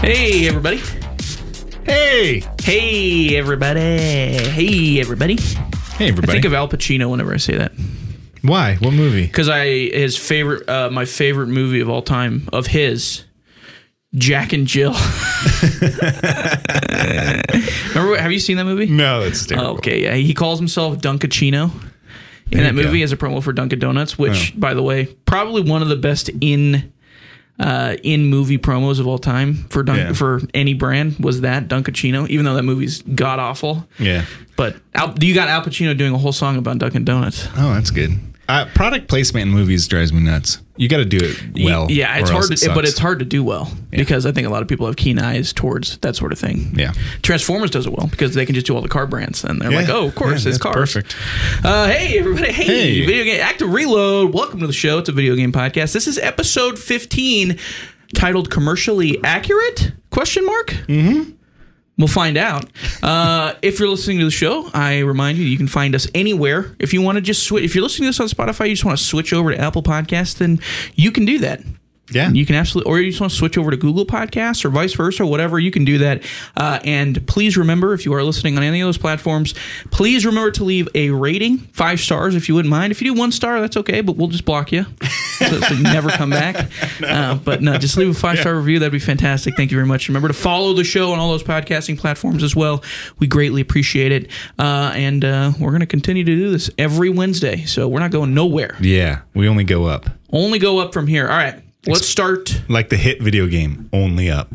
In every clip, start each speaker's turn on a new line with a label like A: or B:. A: Hey, everybody.
B: Hey,
A: Hey, everybody. Hey, everybody.
B: hey, everybody.
A: I think of Al Pacino whenever I say that.
B: Why? What movie?
A: Because I, his favorite, uh, my favorite movie of all time, of his, Jack and Jill. Remember, what- have you seen that movie?
B: No, that's terrible.
A: Oh, Okay, yeah. He calls himself Dunkachino. In that
B: you go. Oh.
A: movie as a promo for Dunkin' Donuts, which, by the way, probably one of the best in uh, in movie promos of all time for Dunk
B: Yeah.
A: for any brand was that Dunkachino. Even though that movie's god awful,
B: Yeah.
A: but Al, you got Al Pacino doing a whole song about Dunkin' Donuts.
B: Oh, that's good. Uh, product placement in movies drives me nuts. You got to do it well.
A: yeah, it's
B: or
A: hard,
B: else
A: to,
B: it
A: but
B: sucks.
A: it's hard to do well because I think a lot of people have keen eyes towards that sort of thing.
B: Yeah.
A: Transformers does it well because they can just do all the car brands and they're like,
B: Yeah.
A: oh, of course,
B: Yeah,
A: it's
B: that's
A: cars.
B: Perfect.
A: Uh, hey everybody! Hey,
B: Hey.
A: video game active reload. Welcome to the show. It's a video game podcast. This is episode fifteen, titled "Commercially Accurate?" Question mark. Mm-hmm. We'll find out. Uh, if you're listening to the show, I remind you, you can find us anywhere. If you want to just switch, if you're listening to this on Spotify, you just want to switch over to Apple Podcasts, then you can do that.
B: Yeah.
A: You can absolutely, or you just want to switch over to Google Podcasts or vice versa, whatever, you can do that. Uh, and please remember, if you are listening on any of those platforms, please remember to leave a rating, five stars if you wouldn't mind. If you do one star, that's okay, but we'll just block you. so, so you never come back. uh, but no, just leave a five star review. That'd be fantastic. Thank you very much. Remember to follow the show on all those podcasting platforms as well. We greatly appreciate it. Uh, and uh, we're going to continue to do this every Wednesday. So we're not going nowhere.
B: yeah. We only go up.
A: Only go up from here. All right, let's start.
B: Like the hit video game, only up.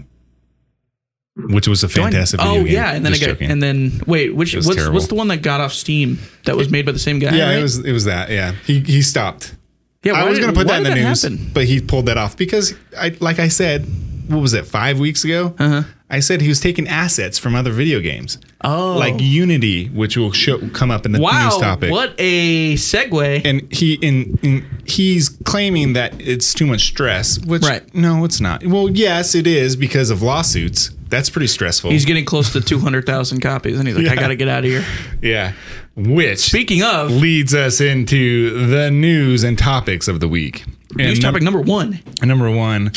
B: Which was a fantastic
A: Oh
B: video game.
A: yeah, and then I
B: Just
A: got,
B: joking.
A: and then wait, which
B: was
A: what's, what's
B: terrible.
A: the one that got off Steam that was made by the same guy?
B: yeah,
A: right?
B: it was it was that. Yeah. He he stopped.
A: Yeah,
B: I
A: why
B: was
A: did-
B: going to put
A: why
B: that in the
A: did
B: news,
A: happen?
B: but he pulled that off because, I, like I said, what was it, five weeks ago? Uh-huh. I said he was taking assets from other video games.
A: Oh.
B: Like Unity, which will show, come up in the
A: Wow,
B: news topic.
A: what a segue!
B: And he in, in he's claiming that it's too much stress, which
A: Right.
B: no, it's not. Well, yes, it is because of lawsuits. That's pretty stressful.
A: He's getting close to two hundred thousand copies, and he's like, "I got to get out of here."
B: yeah. Which
A: Speaking of
B: leads us into the news and topics of the week. And
A: news
B: num-
A: topic number one,
B: Number one,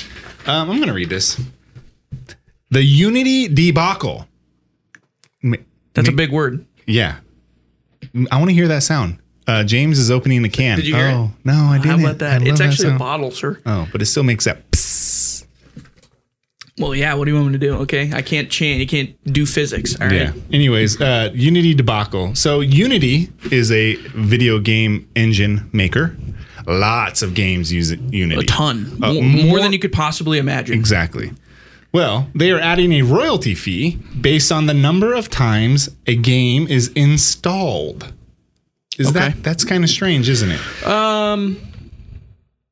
B: um, I'm going to read this. The Unity debacle. Ma-
A: that's a big word.
B: Yeah. I want to hear that sound. Uh, James is opening the can.
A: Did you hear
B: oh, no, I didn't.
A: How about that?
B: I love
A: It's actually a
B: sound.
A: bottle, sir.
B: Oh, but it still makes that. Psst.
A: Well, yeah. What do you want me to do? Okay, I can't change. You can't do physics. All right.
B: Yeah. Anyways, uh, Unity debacle. So Unity is a video game engine maker. Lots of games use Unity.
A: A ton,
B: Uh,
A: more, more
B: more-
A: than you could possibly imagine.
B: Exactly. Well, they are adding a royalty fee based on the number of times a game is installed. Is
A: Okay.
B: that that's kind of strange, isn't it? Um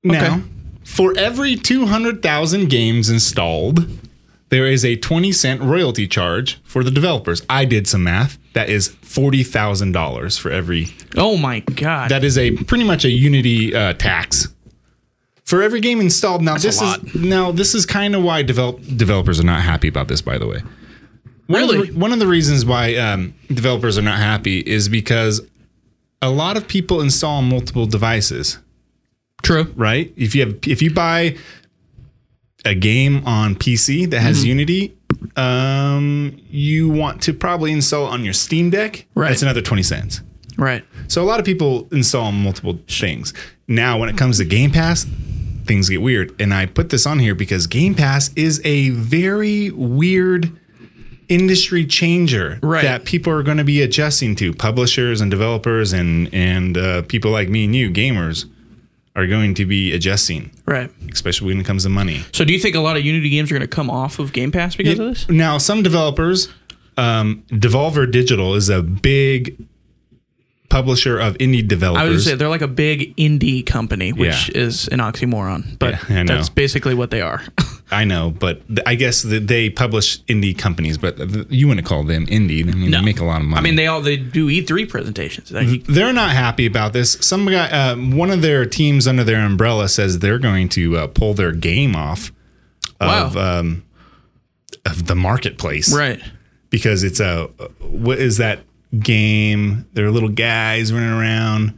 B: now,
A: okay.
B: for every 200,000 games installed, there is a 20 cent royalty charge for the developers. I did some math. That is $40,000 for every
A: Oh my god.
B: that is a pretty much a Unity uh, tax for every game installed. Now this
A: lot.
B: is now this is kind of why develop developers are not happy about this. By the way, One of the
A: Really?
B: re- one of the reasons why um, developers are not happy is because a lot of people install multiple devices.
A: True.
B: Right? If you have if you buy a game on PC that has
A: Mm-hmm.
B: Unity, um, you want to probably install it on your Steam Deck.
A: Right.
B: That's another twenty cents.
A: Right.
B: So a lot of people install multiple things. Now, when it comes to Game Pass, things get weird. And I put this on here because Game Pass is a very weird industry changer
A: Right.
B: that people are going to be adjusting to. Publishers and developers and and uh, people like me and you, gamers, are going to be adjusting,
A: Right.
B: especially when it comes to money.
A: So do you think a lot of Unity games are going to come off of Game Pass because of this?
B: Now, some developers, um, Devolver Digital is a big publisher of indie developers.
A: I was going to say they're like a big indie company, which
B: Yeah.
A: is an oxymoron, but
B: Yeah, I know.
A: that's basically what they are.
B: I know, but th- I guess that they publish indie companies, but th- you wouldn't call them indie. I mean,
A: No.
B: they make a lot of money.
A: I mean, they all they do E3 presentations. Like,
B: they're not happy about this. Some guy, uh, one of their teams under their umbrella says they're going to uh, pull their game off of
A: Wow.
B: um, of the marketplace,
A: Right.
B: Because it's a what is that game? There are little guys running around.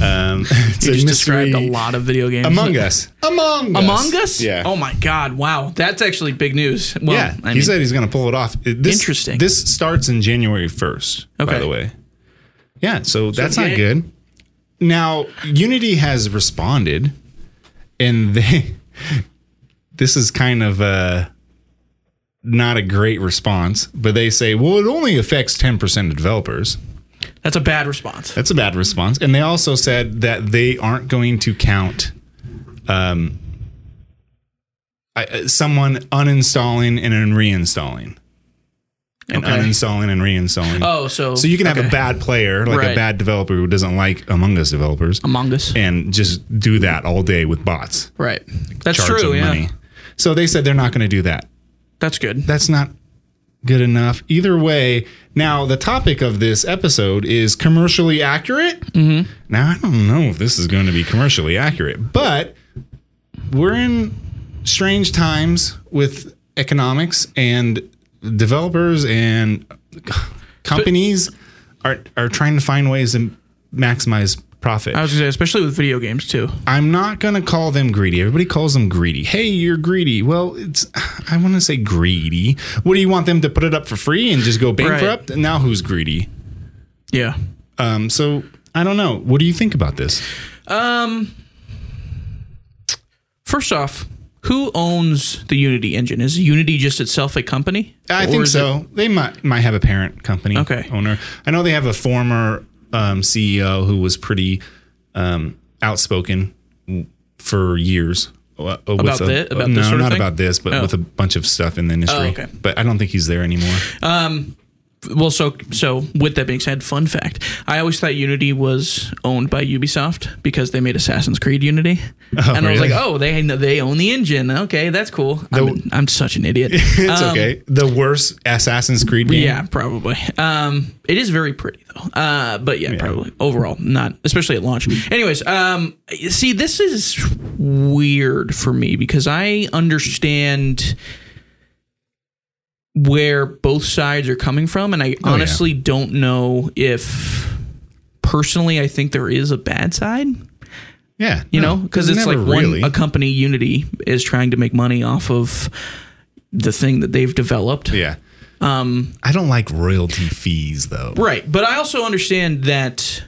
B: Um, it's
A: You
B: a
A: just
B: mystery-
A: described a lot of video games.
B: Among Us. Among Us.
A: Among Us?
B: Yeah.
A: Oh my God! Wow, that's actually big news. Well,
B: yeah.
A: I
B: he
A: mean,
B: said he's going to pull it off. It- This,
A: Interesting.
B: This starts in January 1st, by
A: Okay.
B: the way. Yeah. So that's
A: okay.
B: not good. Now, Unity has responded and they, this is kind of uh not a great response, but they say, well, it only affects 10% of developers.
A: that's a bad response.
B: That's a bad response. And they also said that they aren't going to count um, I- uh, someone uninstalling and then reinstalling. And
A: Okay.
B: uninstalling and reinstalling.
A: uh, Oh, so
B: so you can have
A: okay.
B: a bad player, like
A: Right.
B: a bad developer who doesn't like Among Us developers,
A: Among Us,
B: and just do that all day with bots.
A: right? That's
B: charge
A: true.
B: them
A: Yeah,
B: money. So they said they're not going to do that
A: that's good.
B: that's not good enough. Either way, now the topic of this episode is commercially accurate. Mm-hmm. Now, I don't know if this is going to be commercially accurate, but we're in strange times with economics and developers and companies are, are trying to find ways to maximize profit.
A: I was gonna say, especially with video games too.
B: I'm not gonna call them greedy. Everybody calls them greedy. Hey, you're greedy. Well, it's I want to say greedy. What do you want them to put it up for free and just go bankrupt? Now who's greedy?
A: Yeah.
B: Um, so I don't know. What do you think about this?
A: First off, who owns the Unity engine? Is Unity just itself a company?
B: I
A: Or
B: think
A: is
B: so. They might might have a parent company
A: Okay.
B: owner. I know they have a former um, CEO who was pretty um, outspoken w- for years. About
A: About thi- about
B: no,
A: this sort of
B: not
A: thing?
B: about this, but
A: Oh.
B: with a bunch of stuff in the industry.
A: Oh, okay.
B: But I don't think he's there anymore.
A: it- well, so so. With that being said, fun fact: I always thought Unity was owned by Ubisoft because they made Assassin's Creed Unity, and I was
B: really?
A: like, oh, they they own the engine. Okay, that's cool. I'm, I'm such an idiot.
B: It's okay. The worst Assassin's Creed game.
A: Um, Yeah, probably. Um, it is very pretty though. Uh, but yeah, probably overall not, especially at launch. Anyways, um, see, this is weird for me because I understand where both sides are coming from, and I honestly don't know if personally I think there is a bad side.
B: Yeah.
A: You know, because it's like
B: really.
A: one a company Unity is trying to make money off of the thing that they've developed.
B: yeah. Um, I don't like royalty fees though.
A: Right. But I also understand that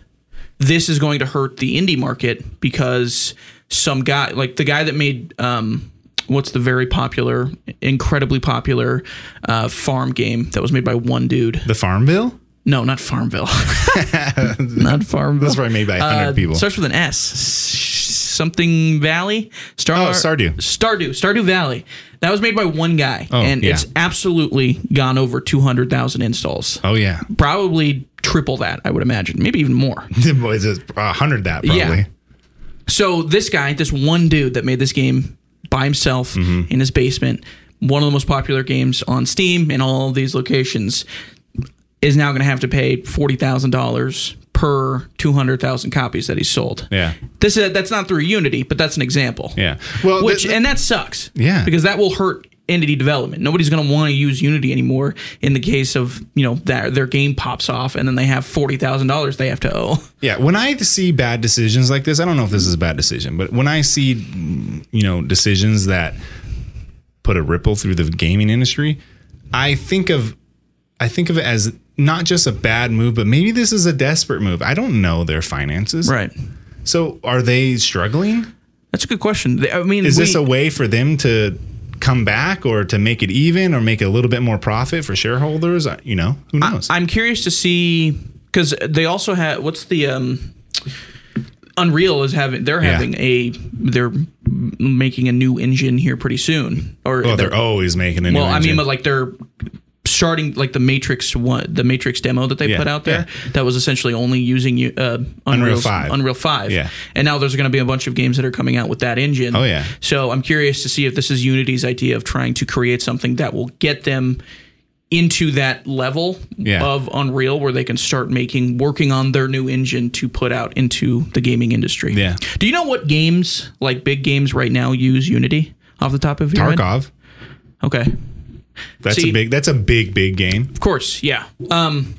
A: this is going to hurt the indie market because some guy, like the guy that made, um, what's the very popular, incredibly popular uh, farm game that was made by one dude?
B: The farm bill?
A: No, not Farmville. not Farmville.
B: That's probably made by
A: Uh,
B: hundred people.
A: Starts with an S. Something Valley. Star-
B: Oh, Stardew. Oh,
A: Stardew. Stardew Valley. That was made by one guy, and
B: yeah.
A: it's absolutely gone over two hundred thousand installs
B: oh yeah.
A: probably triple that, I would imagine, maybe even more.
B: Boys, it's a hundred that probably.
A: Yeah. So this guy, this one dude that made this game by himself
B: Mm-hmm.
A: in his basement, one of the most popular games on Steam in all these locations, is now going to have to pay forty thousand dollars per two hundred thousand copies that he's sold.
B: Yeah.
A: This is, that's not through Unity, but that's an example.
B: Yeah. Well,
A: Which
B: th- th-
A: and that sucks.
B: Yeah.
A: Because that will hurt entity development. Nobody's going to want to use Unity anymore in the case of, you know, that their game pops off and then they have $40,000 they have to owe.
B: yeah. When I see bad decisions like this, I don't know if this is a bad decision, but when I see, mm, you know, decisions that put a ripple through the gaming industry, I think of I think of it as not just a bad move, but maybe this is a desperate move. I don't know their finances.
A: Right.
B: So are they struggling?
A: That's a good question. They- I mean,
B: Is
A: we-
B: this a way for them to come back or to make it even or make a little bit more profit for shareholders? I- You know, who knows?
A: I'm curious to see because they also have what's the um, Unreal is having they're
B: Yeah.
A: having a they're making a new engine here pretty soon or
B: well, Oh, they're always making a new
A: well I mean
B: engine.
A: but like they're starting like the Matrix one the Matrix demo that they
B: Yeah,
A: put out there that was essentially only using you uh, Unreal's-
B: 5.
A: Unreal Five
B: Yeah.
A: and now there's going to be a bunch of games that are coming out with that engine
B: Oh, yeah.
A: so I'm curious to see if this is Unity's idea of trying to create something that will get them into that level
B: Yeah.
A: of Unreal where they can start making working on their new engine to put out into the gaming industry.
B: Yeah.
A: Do you know what games like big games right now use Unity off the top of your head?
B: Tarkov.
A: Okay.
B: That's
A: See-
B: a big. That's a big, big game.
A: Of course, yeah. Um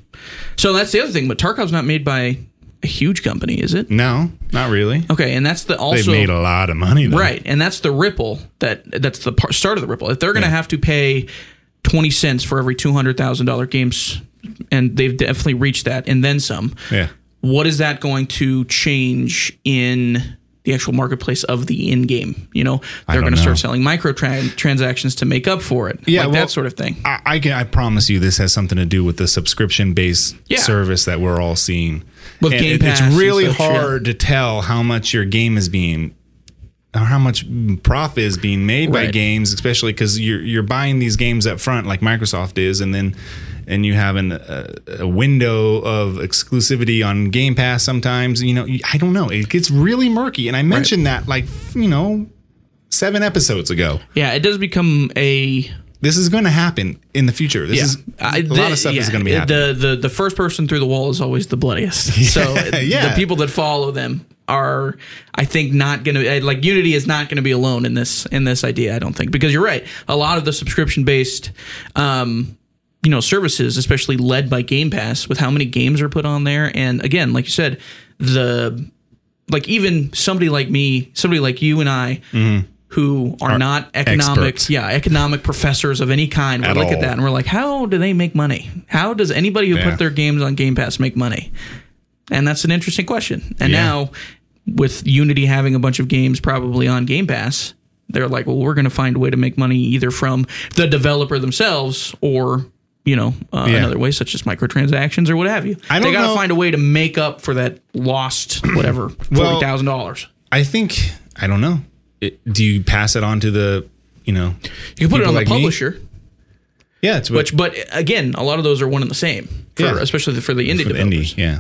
A: so that's the other thing, but Tarkov's not made by a huge company, is it?
B: No, not really.
A: Okay, and that's the
B: They've
A: also
B: made a lot of money, though.
A: right, and that's the ripple that that's the par- start of the ripple. If they're going to have to pay twenty cents for every two hundred thousand dollar games, and they've definitely reached that, and then some.
B: Yeah.
A: What is that going to change in the actual marketplace of the in game? You know, they're
B: don't
A: going to
B: know.
A: start selling microtran- transactions to make up for it,
B: Yeah,
A: like
B: well-
A: that sort of thing.
B: I, I can. I promise you, this has something to do with the subscription-based
A: Yeah.
B: service that we're all seeing.
A: With
B: And
A: Game
B: it-
A: Pass
B: it's
A: and
B: really
A: such, yeah.
B: hard to tell how much your game is being, or how much profit is being made by
A: Right.
B: games, especially because you're you're buying these games up front, like Microsoft is, and then and you have an, a, a window of exclusivity on Game Pass. Sometimes, you know, you- I don't know. It gets really murky, and I mentioned that like you know, seven episodes ago
A: Yeah, it does become a
B: this is going to happen in the future. This is
A: I-
B: a
A: the-
B: lot of stuff is
A: yeah,
B: going to be happening.
A: The, the the first person through the wall is always the bloodiest. So
B: yeah.
A: the people that follow them are, I think, not going to like Unity is not going to be alone in this in this idea. I don't think because you're right. A lot of the subscription based. Um, you know services especially led by game pass with how many games are put on there and again like you said the like even somebody like me somebody like you and i who are, not economic
B: Mm-hmm. experts.
A: yeah economic professors of any kind we
B: At
A: look at
B: all.
A: that and we're like how do they make money how does anybody who
B: Yeah.
A: put their games on game pass make money and that's an interesting question and
B: Yeah.
A: now with unity having a bunch of games probably on game pass they're like well we're going to find a way to make money either from the developer themselves or you know uh,
B: Yeah.
A: another way such as microtransactions or what have you
B: I
A: they
B: don't
A: gotta
B: know-
A: find a way to make up for that lost whatever
B: Well-
A: $40000
B: I think I don't know. It, do you pass it on to the you know?
A: you can put it
B: people
A: on
B: like
A: the
B: me?
A: publisher
B: Yeah, it's
A: Which, but again, a lot of those are one and the same, for,
B: Yeah.
A: especially for the indie
B: for the
A: developers.
B: indie. Yeah,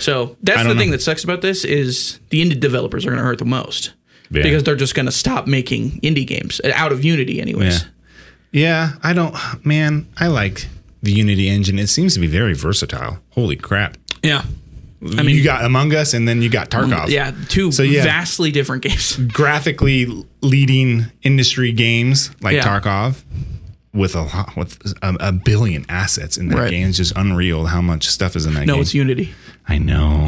A: So that's
B: I
A: the
B: don't
A: thing
B: know.
A: that sucks about this is the indie developers are going to hurt the most
B: Yeah.
A: because they're just going to stop making indie games uh, out of Unity, anyways.
B: Yeah. yeah. I don't. Man, I like the Unity engine. It seems to be very versatile. Holy crap!
A: Yeah,
B: I mean, you got Among Us, and then you got Tarkov.
A: Mm, yeah, two
B: So, yeah.
A: vastly different games.
B: graphically leading industry games like
A: Yeah.
B: Tarkov with a lot with a, a billion assets in that
A: Right.
B: game. It's just unreal how much stuff is in that game.
A: No, it's Unity.
B: I know.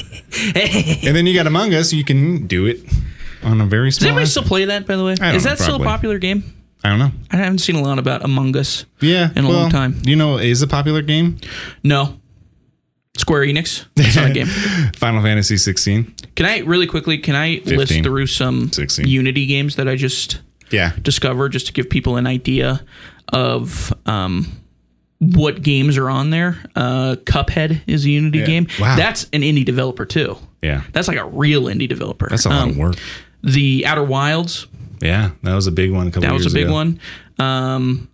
B: and then you got Among Us. You can do it on a very
A: Does
B: small.
A: anybody
B: ass-
A: still play that? By the way,
B: don't
A: is
B: know,
A: that still a
B: probably.
A: popular game?
B: I don't know.
A: I haven't seen a lot about Among Us.
B: Yeah,
A: In a long time.
B: You know, what is a popular game
A: No, Square Enix. It's not a game.
B: Final Fantasy 16.
A: Can I really quickly? Can I list
B: 15,
A: through some
B: 16.
A: Unity games that I just
B: Yeah,
A: discover just to give people an idea of um, what games are on there. Uh, Cuphead is a Unity
B: Yeah.
A: game.
B: Wow.
A: That's an indie developer too.
B: yeah.
A: That's like a real indie developer. Um,
B: That's a lot of work.
A: The Outer Wilds
B: Yeah, that was a big one. A couple
A: that was a
B: years
A: big
B: ago.
A: one. Um,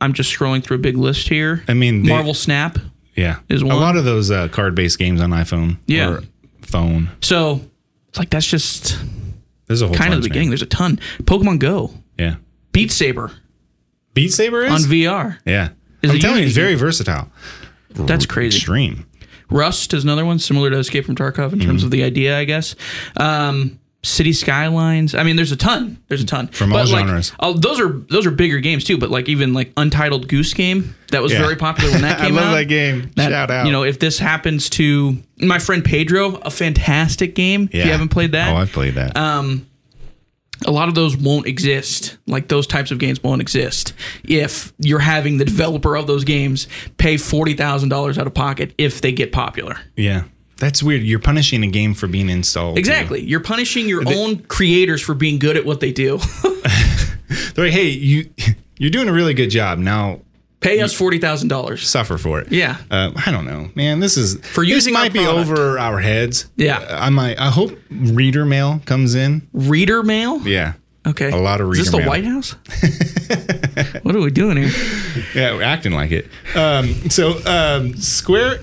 A: I'm just scrolling through a big list here.
B: I mean, they-
A: Marvel Snap.
B: Yeah,
A: is one.
B: a lot of those uh, card-based games on iPhone.
A: Yeah.
B: or phone.
A: So it's like that's just
B: There's a whole
A: kind of
B: bunch,
A: the
B: man.
A: beginning. There's a ton. Pokemon Go,
B: Yeah,
A: Beat Saber
B: Beat Saber is.
A: on VR.
B: yeah,
A: Is
B: I'm
A: it
B: telling you,
A: Unity
B: it's very versatile.
A: That's crazy.
B: Extreme.
A: Rust is another one similar to Escape from Tarkov in
B: Mm-hmm.
A: terms of the idea, I guess. Um, City Skylines. I mean, there's a ton. There's a ton from
B: all
A: like,
B: genres.
A: oh, those are those are bigger games too. But like even like Untitled Goose Game that was
B: Yeah.
A: very popular when that
B: I
A: came out.
B: love that game.
A: That,
B: Shout out.
A: You know, if this happens to my friend Pedro, a fantastic game. If you haven't played that,
B: Oh, I've played that.
A: a lot of those won't exist. Like those types of games won't exist if you're having the developer of those games pay forty thousand dollars out of pocket if they get popular.
B: yeah, that's weird. You're punishing a game for being installed. you know?
A: Exactly. You're punishing your own creators for being good at what they do.
B: They're like, hey, you you're doing a really good job. Now
A: Pay us forty thousand dollars.
B: suffer for it.
A: Yeah.
B: Uh, I don't know, man. This is for
A: using
B: This
A: our
B: might be
A: product.
B: over our heads.
A: Yeah.
B: Uh, I might. I hope reader mail comes in.
A: Reader mail.
B: Yeah.
A: Okay.
B: A lot of
A: Is this
B: reader
A: the
B: mail.
A: White House? what are we doing here?
B: Yeah, we're acting like it. Um, so um, Square.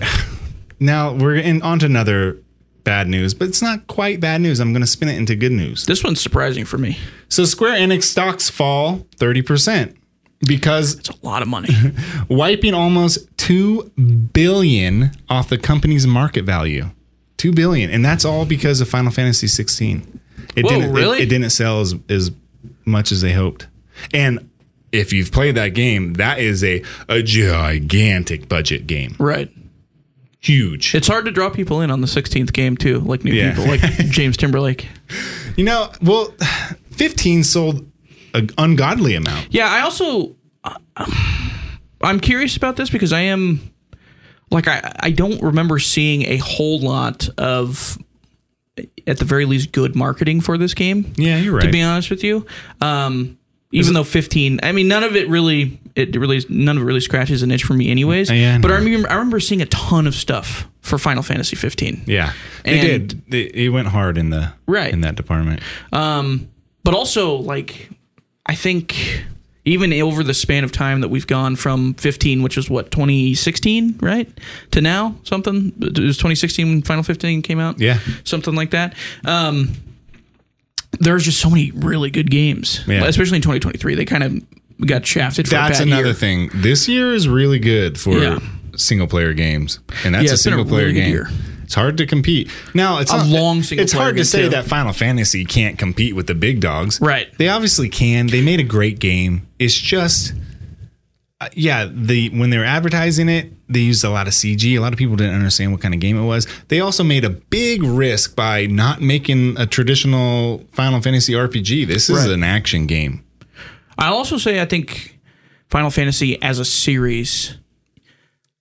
B: Now we're in on to another bad news, but it's not quite bad news. I'm going to spin it into good news.
A: This one's surprising for me.
B: So Square Enix stocks fall 30% because
A: It's a lot of money.
B: wiping almost 2 billion off the company's market value 2 billion and that's all because of final fantasy 16 it
A: Whoa,
B: didn't it-
A: really?
B: it, didn't sell as, as much as they hoped and if you've played that game that is a, a gigantic budget game
A: right.
B: huge.
A: It's hard to draw people in on the 16th game too, like new
B: Yeah.
A: people, like James Timberlake.
B: You know, well, 15 sold an ungodly amount.
A: Yeah, I also uh, um, I'm curious about this because I am like I I don't remember seeing a whole lot of at the very least good marketing for this game.
B: Yeah, you're
A: To
B: right.
A: be honest with you, um, even though 15, I mean, none of it really it really none of it really scratches an itch for me, anyways.
B: Yeah, I
A: but I
B: know.
A: remember I remember seeing a ton of stuff for Final Fantasy 15.
B: yeah, they
A: And-
B: did. They, it went hard in the
A: Right.
B: in that department.
A: but also like I think even over the span of time that we've gone from 15, which is what 2016, right, to now something it was 2016 when Final 15 came out,
B: Yeah.
A: something like that. Um, there's just so many really good games,
B: Yeah.
A: especially in 2023. They kind of got shafted. For
B: That's
A: a bad
B: another
A: year.
B: thing. This year is really good for
A: Yeah.
B: single player games, and that's
A: Yeah,
B: a
A: it's been a
B: single player
A: really good
B: game.
A: year.
B: It's hard to compete. Now it's a
A: long single
B: It's
A: player
B: hard to
A: game,
B: say
A: too.
B: that Final Fantasy can't compete with the big dogs.
A: Right.
B: They obviously can. They made a great game. It's just, uh, yeah. The when they were advertising it, they used a lot of CG. A lot of people didn't understand what kind of game it was. They also made a big risk by not making a traditional Final Fantasy RPG. This is
A: Right.
B: an action game.
A: I'll also say I think Final Fantasy as a series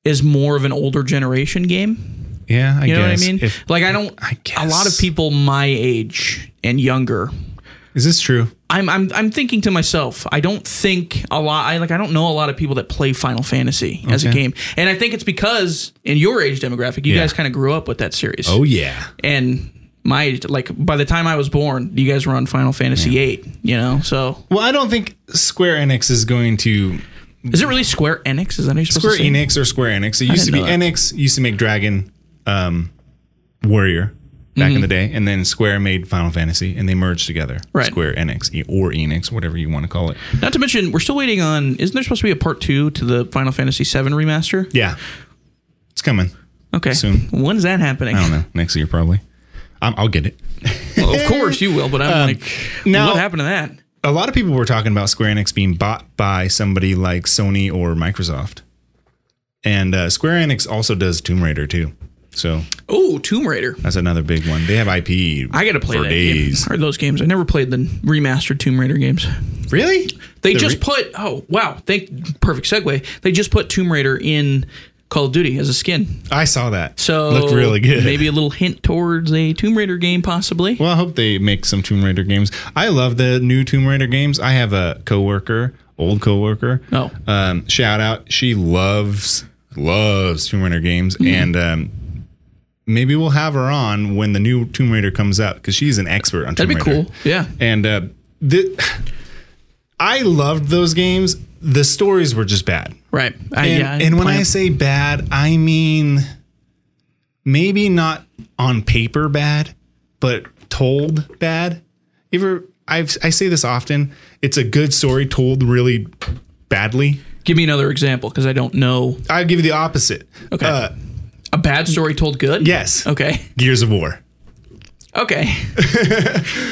A: is more of an older generation game.
B: Yeah, I
A: You know
B: guess.
A: what I mean?
B: If-
A: like I don't.
B: I
A: A lot of
B: guess.
A: people my age and younger.
B: is this true?
A: I'm I'm I'm thinking to myself. I don't think a lot. I like I don't know a lot of people that play Final Fantasy as a
B: Okay.
A: game, and I think it's because in your age demographic, you
B: Yeah.
A: guys kind of grew up with that series.
B: Oh yeah.
A: and my age, like by the time I was born, you guys were on Final Fantasy eight. You know, so
B: Well, I don't think Square Enix is going to
A: is it really Square Enix? Is that how you're supposed
B: Square
A: to say?
B: Enix or Square Enix. It used to be
A: didn't
B: Enix used to make Dragon um, Warrior back in the day, and then Square made Final Fantasy, and they merged together.
A: Right.
B: Square Enix e- or Enix, whatever you want to call it.
A: Not to mention, we're still waiting on. Isn't there supposed to be a part two to the Final Fantasy seven remaster?
B: Yeah, it's coming.
A: Okay,
B: Soon.
A: When's that happening?
B: I don't know. Next year probably. i I'll get it.
A: Well, of course you will, but I'm like,
B: Um, now-
A: what happened to that?
B: A lot of people were talking about Square Enix being bought by somebody like Sony or Microsoft, and uh, Square Enix also does Tomb Raider too. So
A: Oh, Tomb Raider.
B: That's another big one. They have E. IP.
A: I gotta play
B: for
A: that
B: days.
A: game. Or those games. I never played the remastered Tomb Raider games.
B: Really?
A: They
B: The
A: just
B: re-
A: put oh wow, thank perfect segue. They just put Tomb Raider in Call of Duty as a skin.
B: I saw that.
A: So
B: looked really good.
A: Maybe a little hint towards a Tomb Raider game possibly.
B: Well, I hope they make some Tomb Raider games. I love the new Tomb Raider games. I have a coworker, old coworker.
A: Oh.
B: Um, shout out. She loves loves Tomb Raider games,
A: Mm-hmm.
B: and um, maybe we'll have her on when the new Tomb Raider comes out because she's an expert on Tomb
A: That'd be
B: Raider.
A: cool. Yeah.
B: And uh, the, I loved those games. The stories were just bad.
A: Right. I,
B: And,
A: yeah, I
B: and when
A: plan-
B: I say bad, I mean maybe not on paper bad, but told bad. You ever? I've, I say this often. It's a good story told really badly.
A: give me another example because I don't know
B: I'll give you the opposite.
A: Okay.
B: Uh,
A: a bad story told good.
B: yes.
A: Okay.
B: Gears of War.
A: Okay.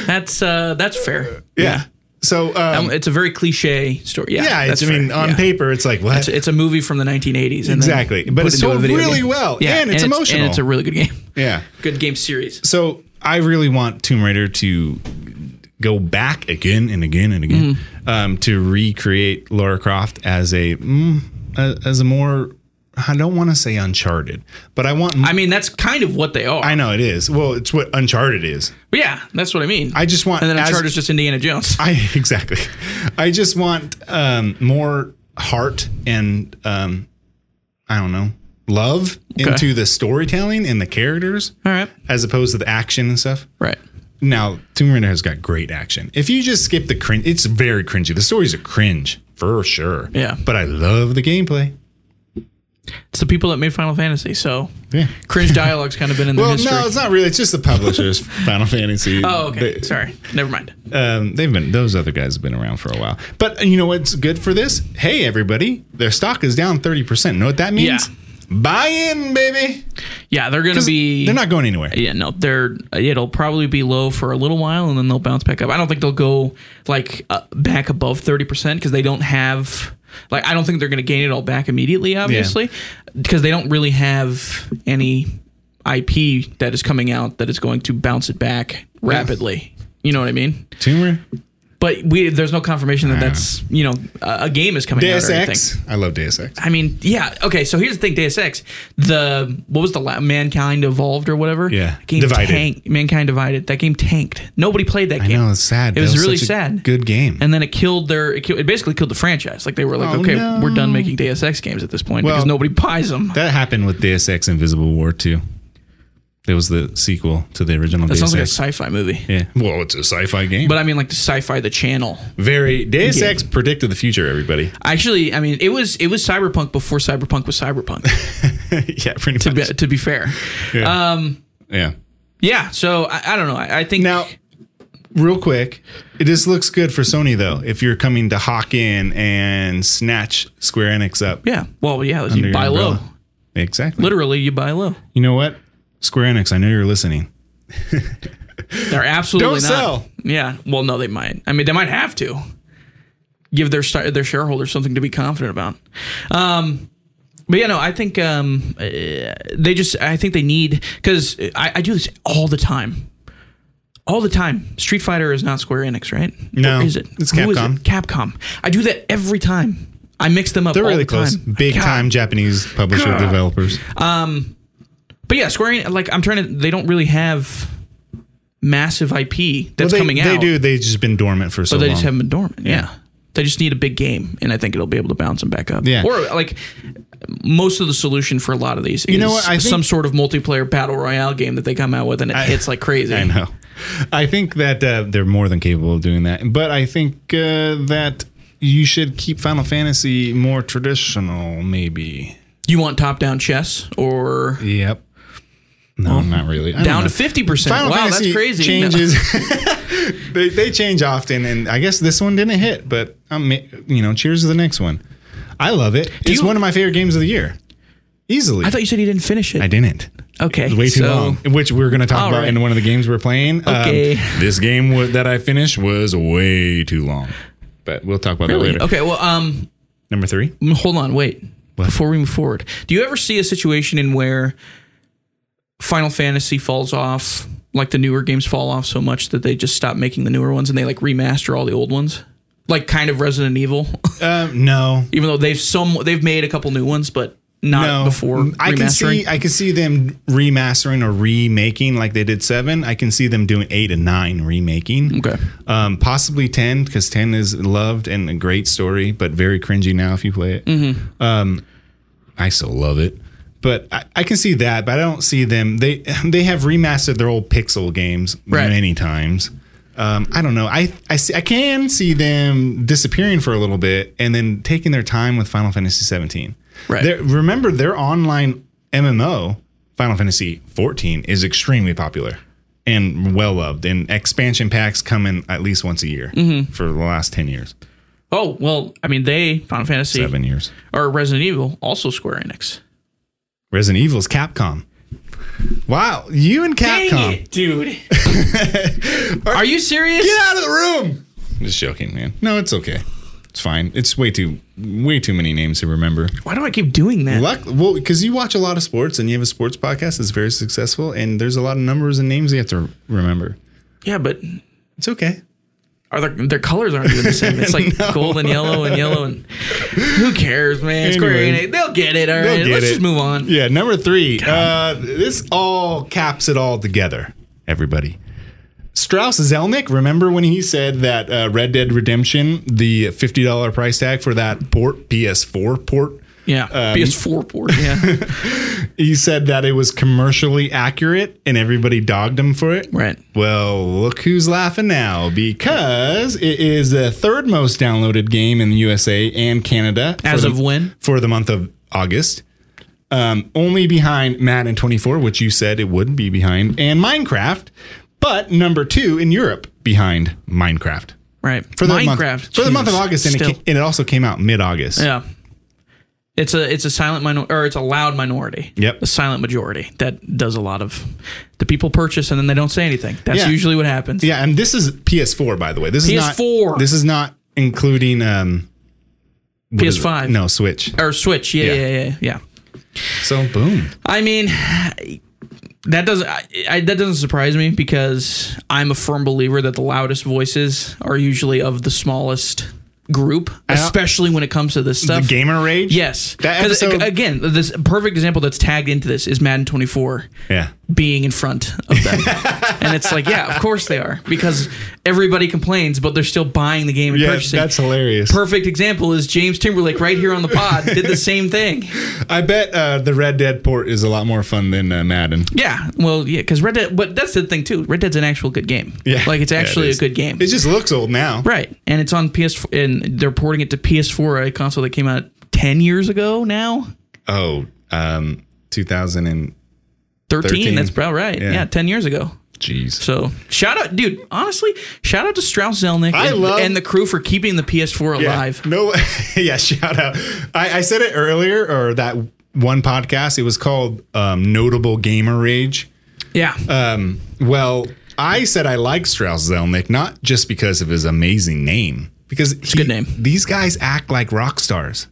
A: that's uh that's fair.
B: Yeah. So um,
A: Um, it's a very cliche story. Yeah.
B: yeah,
A: that's
B: it's, I mean,
A: fair.
B: on
A: Yeah.
B: paper, it's like what?
A: It's, it's a movie from the 1980s. And
B: Exactly.
A: then
B: But
A: put
B: it's
A: into a
B: told
A: video
B: really
A: game.
B: well, and it's emotional.
A: and it's a really good game.
B: yeah.
A: Good game series.
B: So I really want Tomb Raider to go back again and again and again
A: Mm-hmm.
B: um, to recreate Laura Croft as a, mm, a as a more I don't want to say uncharted, but I want
A: I
B: I,
A: mean, that's kind of what they are.
B: know it is. Well, it's what uncharted is.
A: But yeah, that's what I mean.
B: I just want
A: and then
B: as-
A: Uncharted is just Indiana Jones.
B: I exactly. I just want um, more heart and um, I don't know love into the storytelling and the characters
A: All right.
B: as opposed to the action and stuff.
A: Right.
B: Now, Tomb Raider has got great action. If you just skip the cringe, it's very cringy. The stories are cringe for sure.
A: Yeah.
B: But I love the gameplay.
A: It's the people that made Final Fantasy. So
B: Yeah.
A: cringe dialogue's kind of been in the
B: Well,
A: history.
B: no, it's not really. It's just the publishers, Final Fantasy.
A: oh, okay.
B: They,
A: Sorry. Never mind.
B: Um, they've been those other guys have been around for a while. But uh, you know what's good for this? Hey, everybody, their stock is down thirty percent. Know what that means?
A: Yeah.
B: Buy in, baby.
A: Yeah, they're going to be.
B: They're not going anywhere.
A: Yeah, no, they're it'll probably be low for a little while and then they'll bounce back up. I don't think they'll go like uh, back above 30% because they don't have Like I don't think they're going to gain it all back immediately, obviously, because they don't really have any IP that is coming out that is going to bounce it back rapidly. You know what I mean?
B: Tumor.
A: But we there's no confirmation that that's you know a, a game is coming out
B: Deus
A: or anything.
B: Ex. I love Deus Ex.
A: I mean, yeah. Okay, so here's the thing: Deus Ex, the what was the la- mankind evolved or whatever?
B: Yeah,
A: That game
B: Divided.
A: tanked. Mankind divided. That game tanked. Nobody played that
B: I
A: game.
B: know it's sad.
A: It
B: That
A: was, really
B: such a
A: sad.
B: Good game.
A: And then it killed their. It, killed, it basically killed the franchise. Like they were like,
B: Oh,
A: okay,
B: no.
A: we're done making Deus Ex games at this point
B: Well,
A: because nobody buys them.
B: that happened with Deus Ex Invisible War too. It was the sequel to the original.
A: That
B: Deus
A: sounds like a
B: Ex.
A: sci-fi movie.
B: yeah. Well, it's a sci-fi game.
A: But I mean, like the sci-fi, the channel.
B: Very Deus Ex predicted the future, everybody.
A: Actually, I mean, it was it was cyberpunk before cyberpunk was cyberpunk.
B: yeah, pretty
A: to, be,
B: much.
A: to be fair,
B: Yeah. yeah.
A: yeah. So I, I don't know. I, I think
B: Now, real quick, it just looks good for Sony though. If you're coming to hawk in and snatch Square Enix up,
A: Yeah. Well, yeah.
B: under
A: You
B: your
A: buy low.
B: umbrella. Exactly.
A: Literally, you buy low.
B: You know what? Square Enix, I know you're listening.
A: They're absolutely
B: Don't
A: not.
B: sell.
A: Yeah. Well, no, they might. I mean, they might have to give their sta- their shareholders something to be confident about. Um, but yeah, no, I think um, eh, they just I think they need because I, I do this all the time. All the time. Street Fighter is not Square Enix, right?
B: No,
A: Or is it?
B: it's
A: Who is it?
B: Capcom.
A: Capcom. I do that every time. I mix them up.
B: They're
A: all
B: really
A: the
B: close.
A: time.
B: Big
A: God.
B: time Japanese publisher
A: God.
B: developers.
A: But yeah, Square Enix, like I'm trying to. They don't really have massive IP that's
B: they,
A: coming out.
B: They do. They've just been dormant for so
A: But they
B: long.
A: just haven't been dormant. Yeah. They just need a big game, and I think it'll be able to bounce them back up.
B: Yeah.
A: Or like most of the solution for a lot of these is
B: know what, I think-
A: some sort of multiplayer battle royale game that they come out with and it hits like crazy.
B: I know. I think that uh, they're more than capable of doing that. But I think uh, that you should keep Final Fantasy more traditional, maybe.
A: You want top down chess or
B: Yep. No, not really. I don't
A: down
B: know.
A: to fifty percent. Wow,
B: Final Fantasy
A: that's crazy. No.
B: changes. they, they change often, and I guess this one didn't hit. But I'm, you know, cheers to the next one. I love it. it's
A: you-
B: one of my favorite games of the year, easily.
A: I thought you said you didn't finish it.
B: I didn't.
A: Okay,
B: It was way too
A: so-
B: long, which we are going to talk
A: All
B: about
A: right.
B: in one of the games we're playing. Um,
A: Okay.
B: this game w- that I finished was way too long, but we'll talk about that
A: Really?
B: later.
A: Okay, well, um,
B: Number three.
A: Mm, hold on, wait. Before we move forward, do you ever see a situation in where Final Fantasy falls off, like the newer games fall off so much that they just stop making the newer ones and they like remaster all the old ones? Like kind of Resident Evil,
B: Um, no,
A: even though they've some they've made a couple new ones, but not
B: no. Mm,
A: before
B: I
A: remastering.
B: can see, I can see them remastering or remaking like they did seven. I can see them doing eight and nine remaking.
A: okay,
B: Um, possibly 10 because 10 is loved and a great story, but very cringy now if you play it. Um, I still love it, but I, I can see that, but I don't see them. They they have remastered their old Pixel games
A: Right.
B: many times. Um, I don't know. I I, see, I can see them disappearing for a little bit and then taking their time with Final Fantasy 17.
A: Right.
B: They're- remember, their online MMO, Final Fantasy 14, is extremely popular and well loved. And expansion packs come in at least once a year
A: Mm-hmm.
B: for the last 10 years,
A: oh well, I mean they Final Fantasy
B: seven years.
A: or Resident Evil also Square Enix.
B: Resident Evil's Capcom. Wow, you and
A: Dang
B: Capcom.
A: it, dude! Are you serious?
B: Get out of the room. I'm just joking, man. No, it's okay. It's fine. It's way too way too many names to remember.
A: Why do I keep doing that?
B: Luck, well, because you watch a lot of sports and you have a sports podcast that's very successful, and there's a lot of numbers and names you have to remember.
A: Yeah, but
B: It's okay.
A: are their, their colors aren't even the same. It's like gold and yellow and yellow and who cares, man? Square
B: Anyway.
A: Enix, they'll get it. All right,
B: get
A: let's
B: it.
A: just move on.
B: Yeah, number three. Uh, this all caps it all together, everybody. Strauss Zelnick, remember when he said that uh, Red Dead Redemption, the $50 price tag for that port, PS4 port,
A: Yeah,
B: Um,
A: PS4 port. Yeah,
B: he said that it was commercially accurate and everybody dogged him for it?
A: right.
B: Well, look who's laughing now because it is the third most downloaded game in the USA and Canada for
A: As
B: the-
A: of when?
B: for the month of August. Um, only behind Madden 24, which you said it would be behind, and Minecraft, but number two in Europe behind Minecraft
A: Right.
B: for the
A: Minecraft
B: month, for the month of
A: Jesus,
B: August, and it,
A: still.
B: ca- and it also came out mid August.
A: yeah. It's a it's a silent minor or it's a loud minority.
B: Yep.
A: A silent majority that does a lot of the people purchase and then they don't say anything. That's
B: Yeah.
A: usually what happens.
B: Yeah, and this is PS4, by the way. This is not
A: PS4.
B: This is not including um, what is it?
A: PS5.
B: No, Switch.
A: or Switch. Yeah,
B: Yeah.
A: yeah, yeah, yeah.
B: So boom.
A: I mean, that doesn't I, I, that doesn't surprise me because I'm a firm believer that the loudest voices are usually of the smallest group,
B: don't-
A: especially when it comes to this stuff.
B: The gamer rage.
A: Yes,
B: That
A: 'Cause,
B: episode-
A: again, this perfect example that's tagged into this is Madden 24
B: Yeah.
A: being in front of them, and it's like, yeah, of course they are because everybody complains, but they're still buying the game and
B: Yeah,
A: purchasing.
B: that's hilarious.
A: perfect example is James Timberlake right here on the pod did the same thing.
B: I bet uh, the Red Dead port is a lot more fun than uh, Madden.
A: Yeah, well, yeah, because Red Dead, but that's the thing too. Red Dead's an actual good game.
B: Yeah.
A: like it's
B: Yeah, it
A: actually
B: is.
A: a good game.
B: It just looks old now.
A: right, and it's on PS4, and they're porting it to PS4, a console that came out ten years ago now.
B: Oh, um, 2000 and
A: 13,
B: 13.
A: that's about right. Yeah.
B: Yeah.
A: 10 years ago.
B: jeez.
A: So, shout out, dude, honestly, shout out to Strauss Zelnick
B: I
A: and,
B: love-
A: and the crew for keeping the PS4
B: Yeah.
A: alive.
B: No, yeah, shout out. I, I said it earlier, or that one podcast. It was called um, Notable Gamer Rage.
A: Yeah.
B: Um, well, I said I like Strauss Zelnick not just because of his amazing name, because it's
A: a good name.
B: These guys act like rock stars.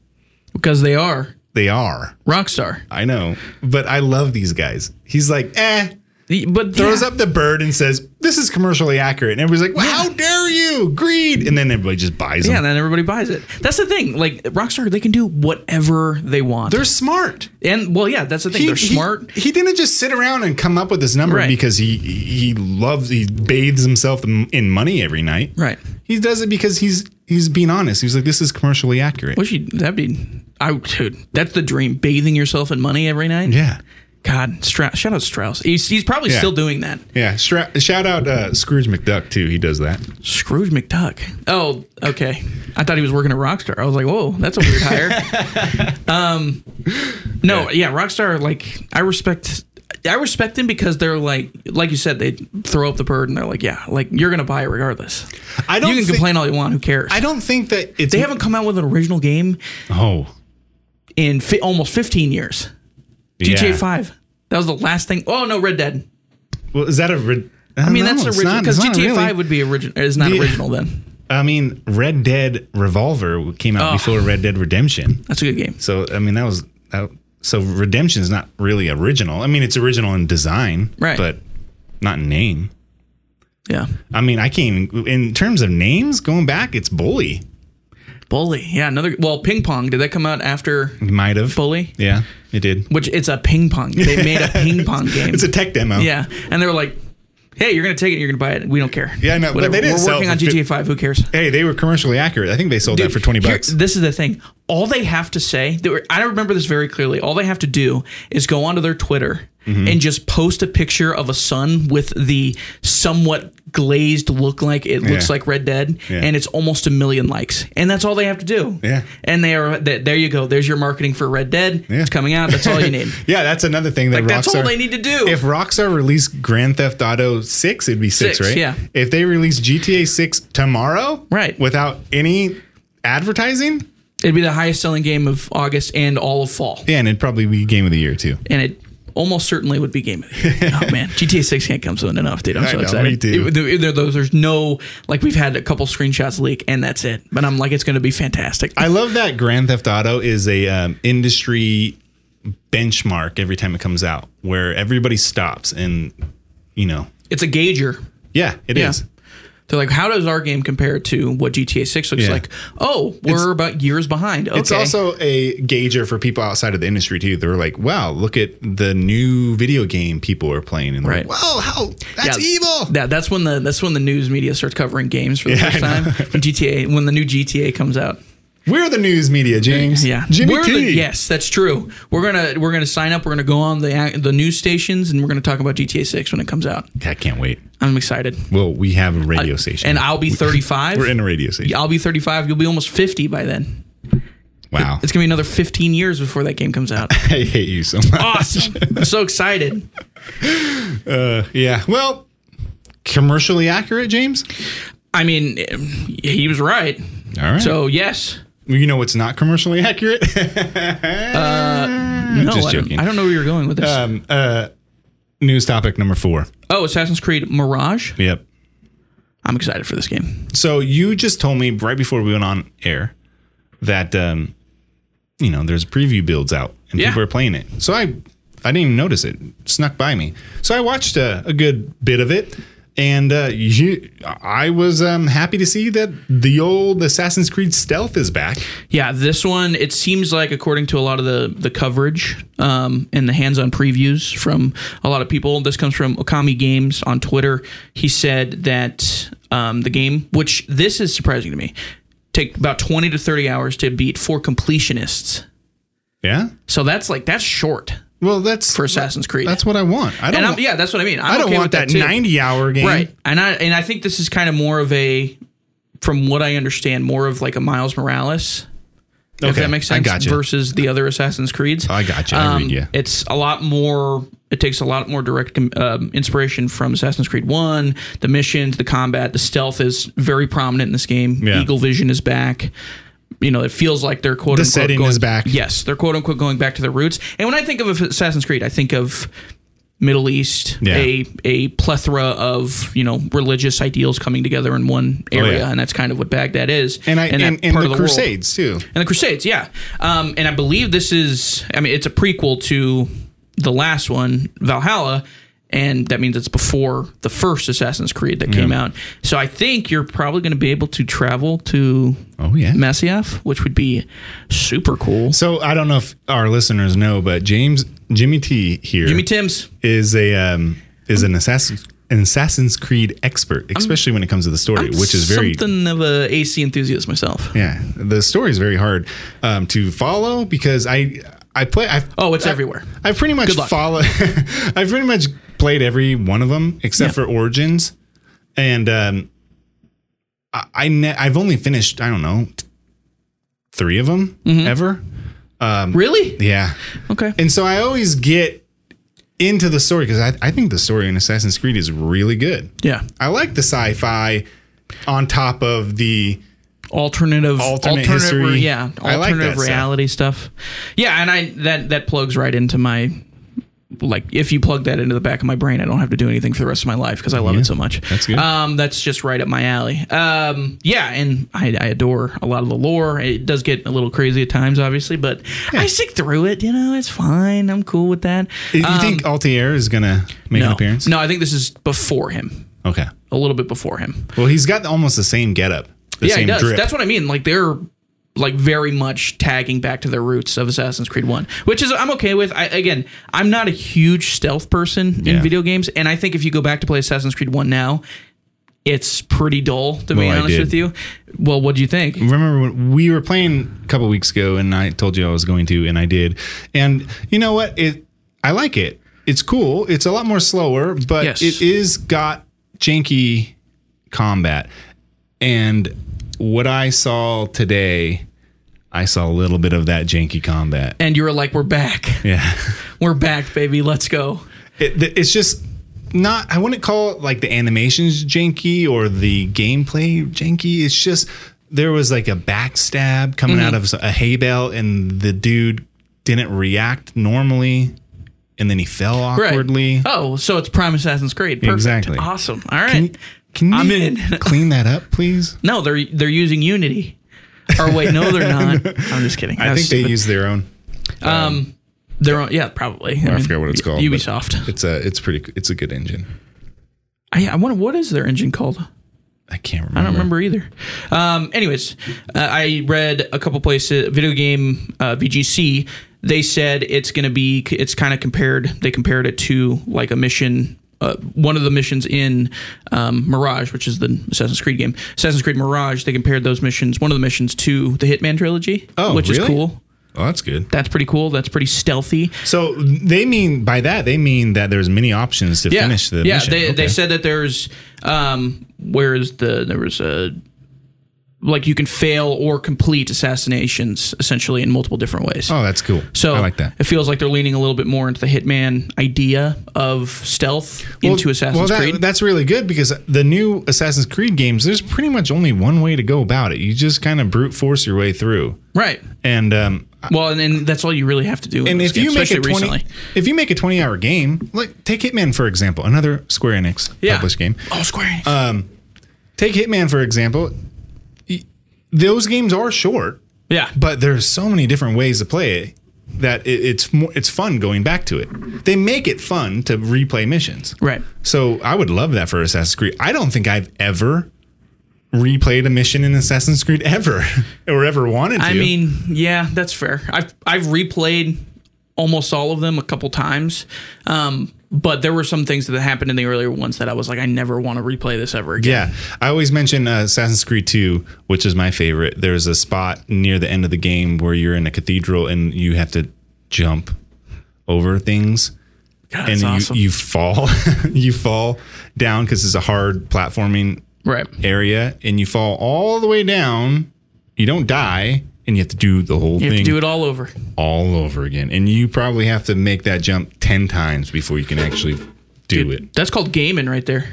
A: because they are
B: They are.
A: Rockstar.
B: I know, but I love these guys. He's like, eh.
A: The- But
B: Throws
A: yeah.
B: up the bird and says, "This is commercially accurate," and everybody's like, well, "How dare you, greed!" And then everybody just buys
A: Yeah,
B: them.
A: and then everybody buys it. That's the thing. Like Rockstar, they can do whatever they want.
B: They're smart.
A: and well, yeah, that's the thing. They're smart.
B: He, didn't just sit around and come up with this number
A: Right.
B: because he he loves he bathes himself in in money every night.
A: Right.
B: He does it because he's he's being honest. He's like, "This is commercially accurate."
A: Wish you that'd be I dude, that's the dream. Bathing yourself in money every night.
B: yeah.
A: God, Strauss, shout out Strauss. He's, he's probably
B: Yeah.
A: still doing that.
B: Yeah, Stra- shout out uh, Scrooge McDuck too. He does that.
A: Scrooge McDuck. Oh, okay. I thought he was working at Rockstar. I was like, whoa, that's a weird hire. um, no, yeah. Rockstar. Like, I respect. I respect them because they're like, like you said, they throw up the bird and they're like, yeah, like you're gonna buy it regardless.
B: I
A: You
B: don't
A: can
B: think-
A: complain all you want. Who cares?
B: I don't think that it's
A: they haven't come out with an original game
B: Oh,
A: in fi- almost 15 years. GTA
B: yeah.
A: Five. That was the last thing. Oh no, Red Dead.
B: Well, is that a? Re-
A: I mean, that's original because GTA Five would be original. Is not
B: The-
A: original then.
B: I mean, Red Dead Revolver came out
A: Oh.
B: before Red Dead Redemption.
A: That's a good game.
B: So I mean, that was that, so Redemption is not really original. I mean, it's original in design,
A: Right.
B: But not in name.
A: Yeah,
B: I mean, I can't even in terms of names going back. It's Bully
A: Bully. Yeah, another. Well, Ping Pong. Did that come out after
B: might have
A: Bully?
B: Yeah, it did.
A: Which it's a ping pong. They made a ping pong game.
B: It's a tech demo.
A: yeah, and they were like, "Hey, you're gonna take it. You're gonna buy it. We don't care."
B: Yeah, I know, but
A: Whatever.
B: they didn't
A: We're
B: sell
A: working
B: it
A: on
B: for fif-
A: GTA Five. Who cares?
B: Hey, they were commercially accurate. I think they sold that for twenty
A: Here-
B: bucks.
A: this is the thing. All they have to say, they were, I remember this very clearly. All they have to do is go onto their Twitter
B: Mm-hmm.
A: and just post a picture of a sun with the somewhat glazed look like it looks
B: Yeah.
A: like Red Dead,
B: Yeah.
A: and it's almost a million likes. And that's all they have to do.
B: Yeah.
A: And they are th- there. You go. There's your marketing for Red Dead.
B: Yeah.
A: It's coming out. That's all you need.
B: yeah, that's another thing that Rockstar.
A: that's all they need to do.
B: If Rockstar released Grand Theft Auto six, it'd be six,
A: Six,
B: right?
A: yeah.
B: If they release GTA six tomorrow,
A: Right.
B: without any advertising,
A: It'd be the highest selling game of August and all of fall,
B: yeah, and it'd probably be game of the year too.
A: and it. Almost certainly would be game. of the Year. Oh man, GTA 6 can't come soon enough, dude. I'm
B: I
A: so
B: know,
A: excited.
B: me too.
A: It- there- there- those- there's no like we've had a couple screenshots leak and that's it. But I'm like it's going to be fantastic.
B: I love that Grand Theft Auto is a um, industry benchmark every time it comes out, where everybody stops and you know,
A: it's a gauger.
B: yeah, it
A: Yeah.
B: is.
A: They're like, how does our game compare to what GTA 6 looks
B: Yeah.
A: like? Oh, we're about years behind. Okay.
B: It's also a gauger for people outside of the industry too. They're like, "Wow, look at the new video game people are playing," and they're
A: Right.
B: like, "Wow, how that's
A: Yeah,
B: evil."
A: Yeah, that's when the that's when the news media starts covering games for the
B: Yeah,
A: first
B: I
A: time.
B: know.
A: When GTA when the new GTA comes out.
B: We're the news media, James.
A: Yeah,
B: Jimmy
A: We're
B: T.
A: the- yes, that's true. We're gonna we're gonna sign up. We're gonna go on the ac- the news stations and we're gonna talk about GTA Six when it comes out.
B: I can't wait.
A: I'm excited.
B: Well, we have a radio station,
A: Uh, And I'll be 35.
B: we're in a radio station.
A: I'll be 35. You'll be almost 50 by then.
B: Wow,
A: It's gonna be another 15 years before that game comes out.
B: I hate you so much.
A: awesome! I'm so excited.
B: Yeah. Well, commercially accurate, James.
A: I mean, eh, he was right.
B: All right.
A: So yes.
B: you know what's not commercially accurate?
A: No,
B: just
A: I, don't,
B: joking.
A: I don't know where you're going with this.
B: um, uh, news topic number four.
A: oh, Assassin's Creed Mirage.
B: Yep.
A: I'm excited for this game.
B: So you just told me right before we went on air that um, you know there's preview builds out and
A: Yeah.
B: people are playing it. So I I didn't even notice it snuck by me. So I watched a, a good bit of it. And uh, you, I was um, happy to see that the old Assassin's Creed stealth is back.
A: Yeah, this one it seems like according to a lot of the the coverage um, and the hands-on previews from a lot of people. This comes from Okami Games on Twitter. He said that um, the game, which this is surprising to me, take about twenty to thirty hours to beat for completionists.
B: Yeah.
A: So that's like that's short
B: Well, that's
A: for Assassin's Creed.
B: that's what I want. I don't.
A: and I'm,
B: want-
A: yeah, that's what I mean. I'm
B: I don't
A: okay
B: want
A: with that,
B: that,
A: too.
B: 90 hour game.
A: Right. And I and I think this is kind of more of a from what I understand, more of like a Miles Morales. If
B: Okay,
A: that makes
B: I
A: sense
B: gotcha.
A: versus the other Assassin's Creeds. Um,
B: I gotcha, I read ya.
A: It's a lot more it takes a lot more direct um, inspiration from Assassin's Creed 1, the missions, the combat, the stealth is very prominent in this game.
B: Yeah.
A: Eagle Vision is back. You know, it feels like they're quote
B: The
A: unquote
B: setting
A: going,
B: is back.
A: Yes, they're quote unquote going back to their roots. And when I think of Assassin's Creed, I think of Middle East,
B: Yeah.
A: a a plethora of you know religious ideals coming together in one area,
B: Oh, yeah.
A: and that's kind of what Baghdad is.
B: And I and,
A: that
B: and, the,
A: world.
B: Crusades too.
A: and the Crusades, yeah. Um, and I believe this is, I mean, it's a prequel to the last one, Valhalla, and that means it's before the first Assassin's Creed that
B: Hmm.
A: came out. So I think you're probably going to be able to travel to
B: Oh yeah.
A: Masyaf, which would be super cool.
B: So I don't know if our listeners know, but James Jimmy T here is
A: Jimmy Timms,
B: a um, is an assassin an Assassin's Creed expert, especially when it comes to the story, which is very
A: something of a AC enthusiast myself.
B: yeah. The story is very hard um, to follow because I I play I
A: Oh, it's everywhere.
B: I've pretty much
A: luck.
B: follow. I've pretty much played every one of them except for Origins, and um, I, I ne- I've only finished I don't know three of them
A: Mm-hmm.
B: ever.
A: Really?
B: Yeah,
A: Okay.
B: and so I always get into the story because I, I think the story in Assassin's Creed is really good.
A: Yeah.
B: I like the sci-fi on top of the
A: Alternative,
B: Alternate history.
A: re- yeah,
B: I like
A: alternative
B: that stuff.
A: reality stuff. Yeah, and I that that plugs right into my like if you plug that into the back of my brain, I don't have to do anything for the rest of my life because I love it so much.
B: that's good.
A: Um, that's just right up my alley. Um, yeah, and I, I adore a lot of the lore. It does get a little crazy at times, obviously, but I stick through it. You know, it's fine. I'm cool with that.
B: you think Altair is gonna make
A: Um, no,
B: an appearance?
A: no, I think this is before him,
B: Okay.
A: a little bit before him.
B: Well, he's got almost the same getup. The
A: yeah,
B: same
A: he does.
B: drip.
A: That's what I mean. Like they're like very much tagging back to their roots of Assassin's Creed One, which is I'm okay with. I, again, I'm not a huge stealth person
B: Yeah.
A: in video games, and I think if you go back to play Assassin's Creed One now, it's pretty dull. To be
B: Well, I
A: honest
B: did.
A: with you. Well, what do you think?
B: remember when we were playing a couple weeks ago and I told you I was going to and I did. And you know what? It I like it. It's cool. It's a lot more slower, but
A: Yes.
B: it is got janky combat. And what I saw today, I saw a little bit of that janky combat.
A: And you were like, "We're back.
B: Yeah.
A: We're back, baby. Let's go."
B: It, th- it's just not I wouldn't call it like the animations janky or the gameplay janky. It's just there was like a backstab coming
A: Mm-hmm.
B: out of a hay bale and the dude didn't react normally and then he fell awkwardly.
A: Oh, so it's Prime Assassin's Creed. Perfect.
B: Exactly.
A: Awesome. All right.
B: Can you
A: I'm in.
B: clean that up, please?
A: no, they're they're using Unity. Or wait, no, they're not. I'm just kidding.
B: I think they use their own.
A: their own. Yeah, probably. I, mean,
B: forgot what it's
A: U-
B: called, but-
A: Ubisoft.
B: It's a it's pretty it's a good engine.
A: I, I wonder what is their engine called.
B: I can't remember.
A: I don't remember either. Um, anyways, uh, I read a couple places. Video game uh, VGC. They said it's going to be. It's kind of compared. They compared it to like a mission. Uh, one of the missions in um, Mirage, which is the Assassin's Creed game, Assassin's Creed Mirage, they compared those missions, one of the missions to the Hitman trilogy,
B: Oh,
A: which is
B: really?
A: cool.
B: Oh, that's good.
A: That's pretty cool. That's pretty stealthy.
B: So they mean by that they mean that there's many options to finish the
A: yeah,
B: mission.
A: they they
B: Okay.
A: said that there's um where's the there was a like you can fail or complete assassinations essentially in multiple different ways.
B: Oh, that's cool.
A: So
B: I like that.
A: It feels like they're leaning a little bit more into the hitman idea of stealth into Assassin's
B: that,
A: Creed.
B: That's really good because the new Assassin's Creed games, there's pretty much only one way to go about it. You just kind of brute force your way through.
A: right.
B: And um,
A: Well, and, and that's all you really have to do. in
B: and
A: those
B: if you
A: games,
B: make a
A: especially
B: twenty,
A: recently.
B: if you make a twenty hour game, like take Hitman for example, another Square Enix
A: Yeah.
B: published game. uh,
A: oh Square Enix.
B: Take Hitman for example. Y- Those games are short.
A: Yeah.
B: but there's so many different ways to play it that it, it's more it's fun going back to it. They make it fun to replay missions.
A: Right.
B: So I would love that for Assassin's Creed. I don't think I've ever replayed a mission in Assassin's Creed ever or ever wanted to.
A: I mean, yeah, that's fair. I've I've replayed almost all of them a couple times, um, but there were some things that happened in the earlier ones that I was like, I never want to replay this ever again.
B: Yeah, I always mention uh, Assassin's Creed 2, which is my favorite. There's a spot near the end of the game where you're in a cathedral and you have to jump over things.
A: God,
B: and
A: that's awesome.
B: you, you fall you fall down because it's a hard platforming
A: right.
B: area and you fall all the way down you don't die and you have to do the whole
A: You have
B: thing
A: to do it all over.
B: all over again and you probably have to make that jump 10 times before you can actually do it
A: That's called gaming right there.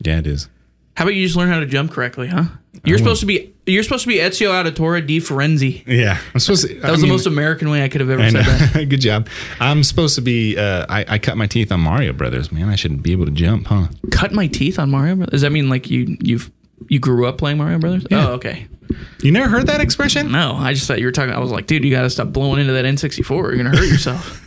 B: yeah it is
A: How about you just learn how to jump correctly, huh? You're supposed to be you're supposed to be Ezio Auditore di Firenze.
B: yeah i'm supposed to
A: That was the most American way I could have ever
B: I
A: said that.
B: know. Good job. I'm supposed to be. Uh, I, I cut my teeth on Mario Brothers, man. I shouldn't be able to jump, huh?
A: Cut my teeth on Mario Brothers. Does that mean like you you've you grew up playing Mario Brothers? Oh, okay.
B: You never heard that expression?
A: No, I just thought you were talking. I was like, dude, you got to stop blowing into that N64. You're going to hurt yourself.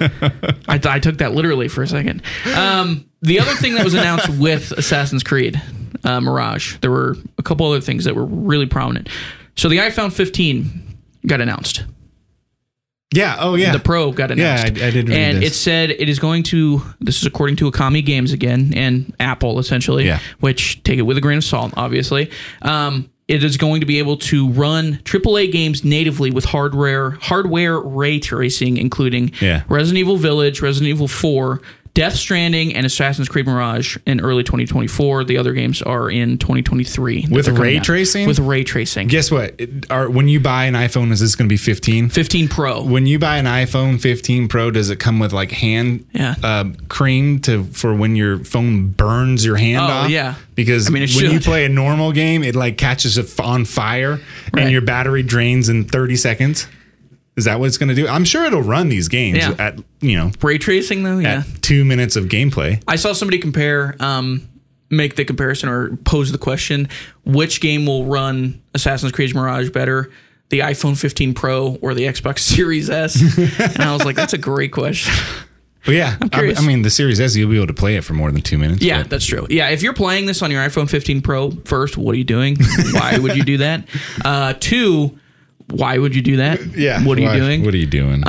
A: I, th- I took that literally for a second. Um, the other thing that was announced with Assassin's Creed uh, Mirage, there were a couple other things that were really prominent. So the iPhone 15 got announced.
B: Yeah. Oh, yeah.
A: The Pro got announced.
B: I- I did read
A: And
B: this.
A: it said it is going to. This is according to Akami Games again and Apple essentially.
B: Yeah.
A: Which take it with a grain of salt, obviously. Um, it is going to be able to run AAA games natively with hardware hardware ray tracing, including
B: Yeah.
A: Resident Evil Village, Resident Evil Four. Death Stranding and Assassin's Creed Mirage in early 2024. The other games are in 2023. that
B: With
A: they're coming
B: ray
A: out.
B: tracing?
A: With ray tracing.
B: Guess what? It, are, when you buy an iPhone, is this going to be 15?
A: 15 Pro.
B: When you buy an iPhone 15 Pro, does it come with like hand
A: Yeah.
B: um, cream to for when your phone burns your hand
A: Oh,
B: off?
A: yeah.
B: Because
A: I mean,
B: when
A: it
B: you
A: should.
B: play a normal game, it like catches it f- on fire
A: Right.
B: and your battery drains in 30 seconds. Is that what it's going to do? I'm sure it'll run these games
A: Yeah.
B: at you know
A: Ray tracing though, yeah.
B: at two minutes of gameplay.
A: I saw somebody compare, um, make the comparison or pose the question: Which game will run Assassin's Creed Mirage better, the iPhone 15 Pro or the Xbox Series S? and I was like, that's a great question.
B: But yeah, I,
A: curious.
B: I mean the Series S, you'll be able to play it for more than two minutes.
A: Yeah,
B: but-
A: that's true. Yeah, if you're playing this on your iPhone 15 Pro, first, what are you doing? Why would you do that? Uh, two, why would you do that?
B: yeah.
A: what are
B: Why-
A: you doing? Uh,
B: What are you doing?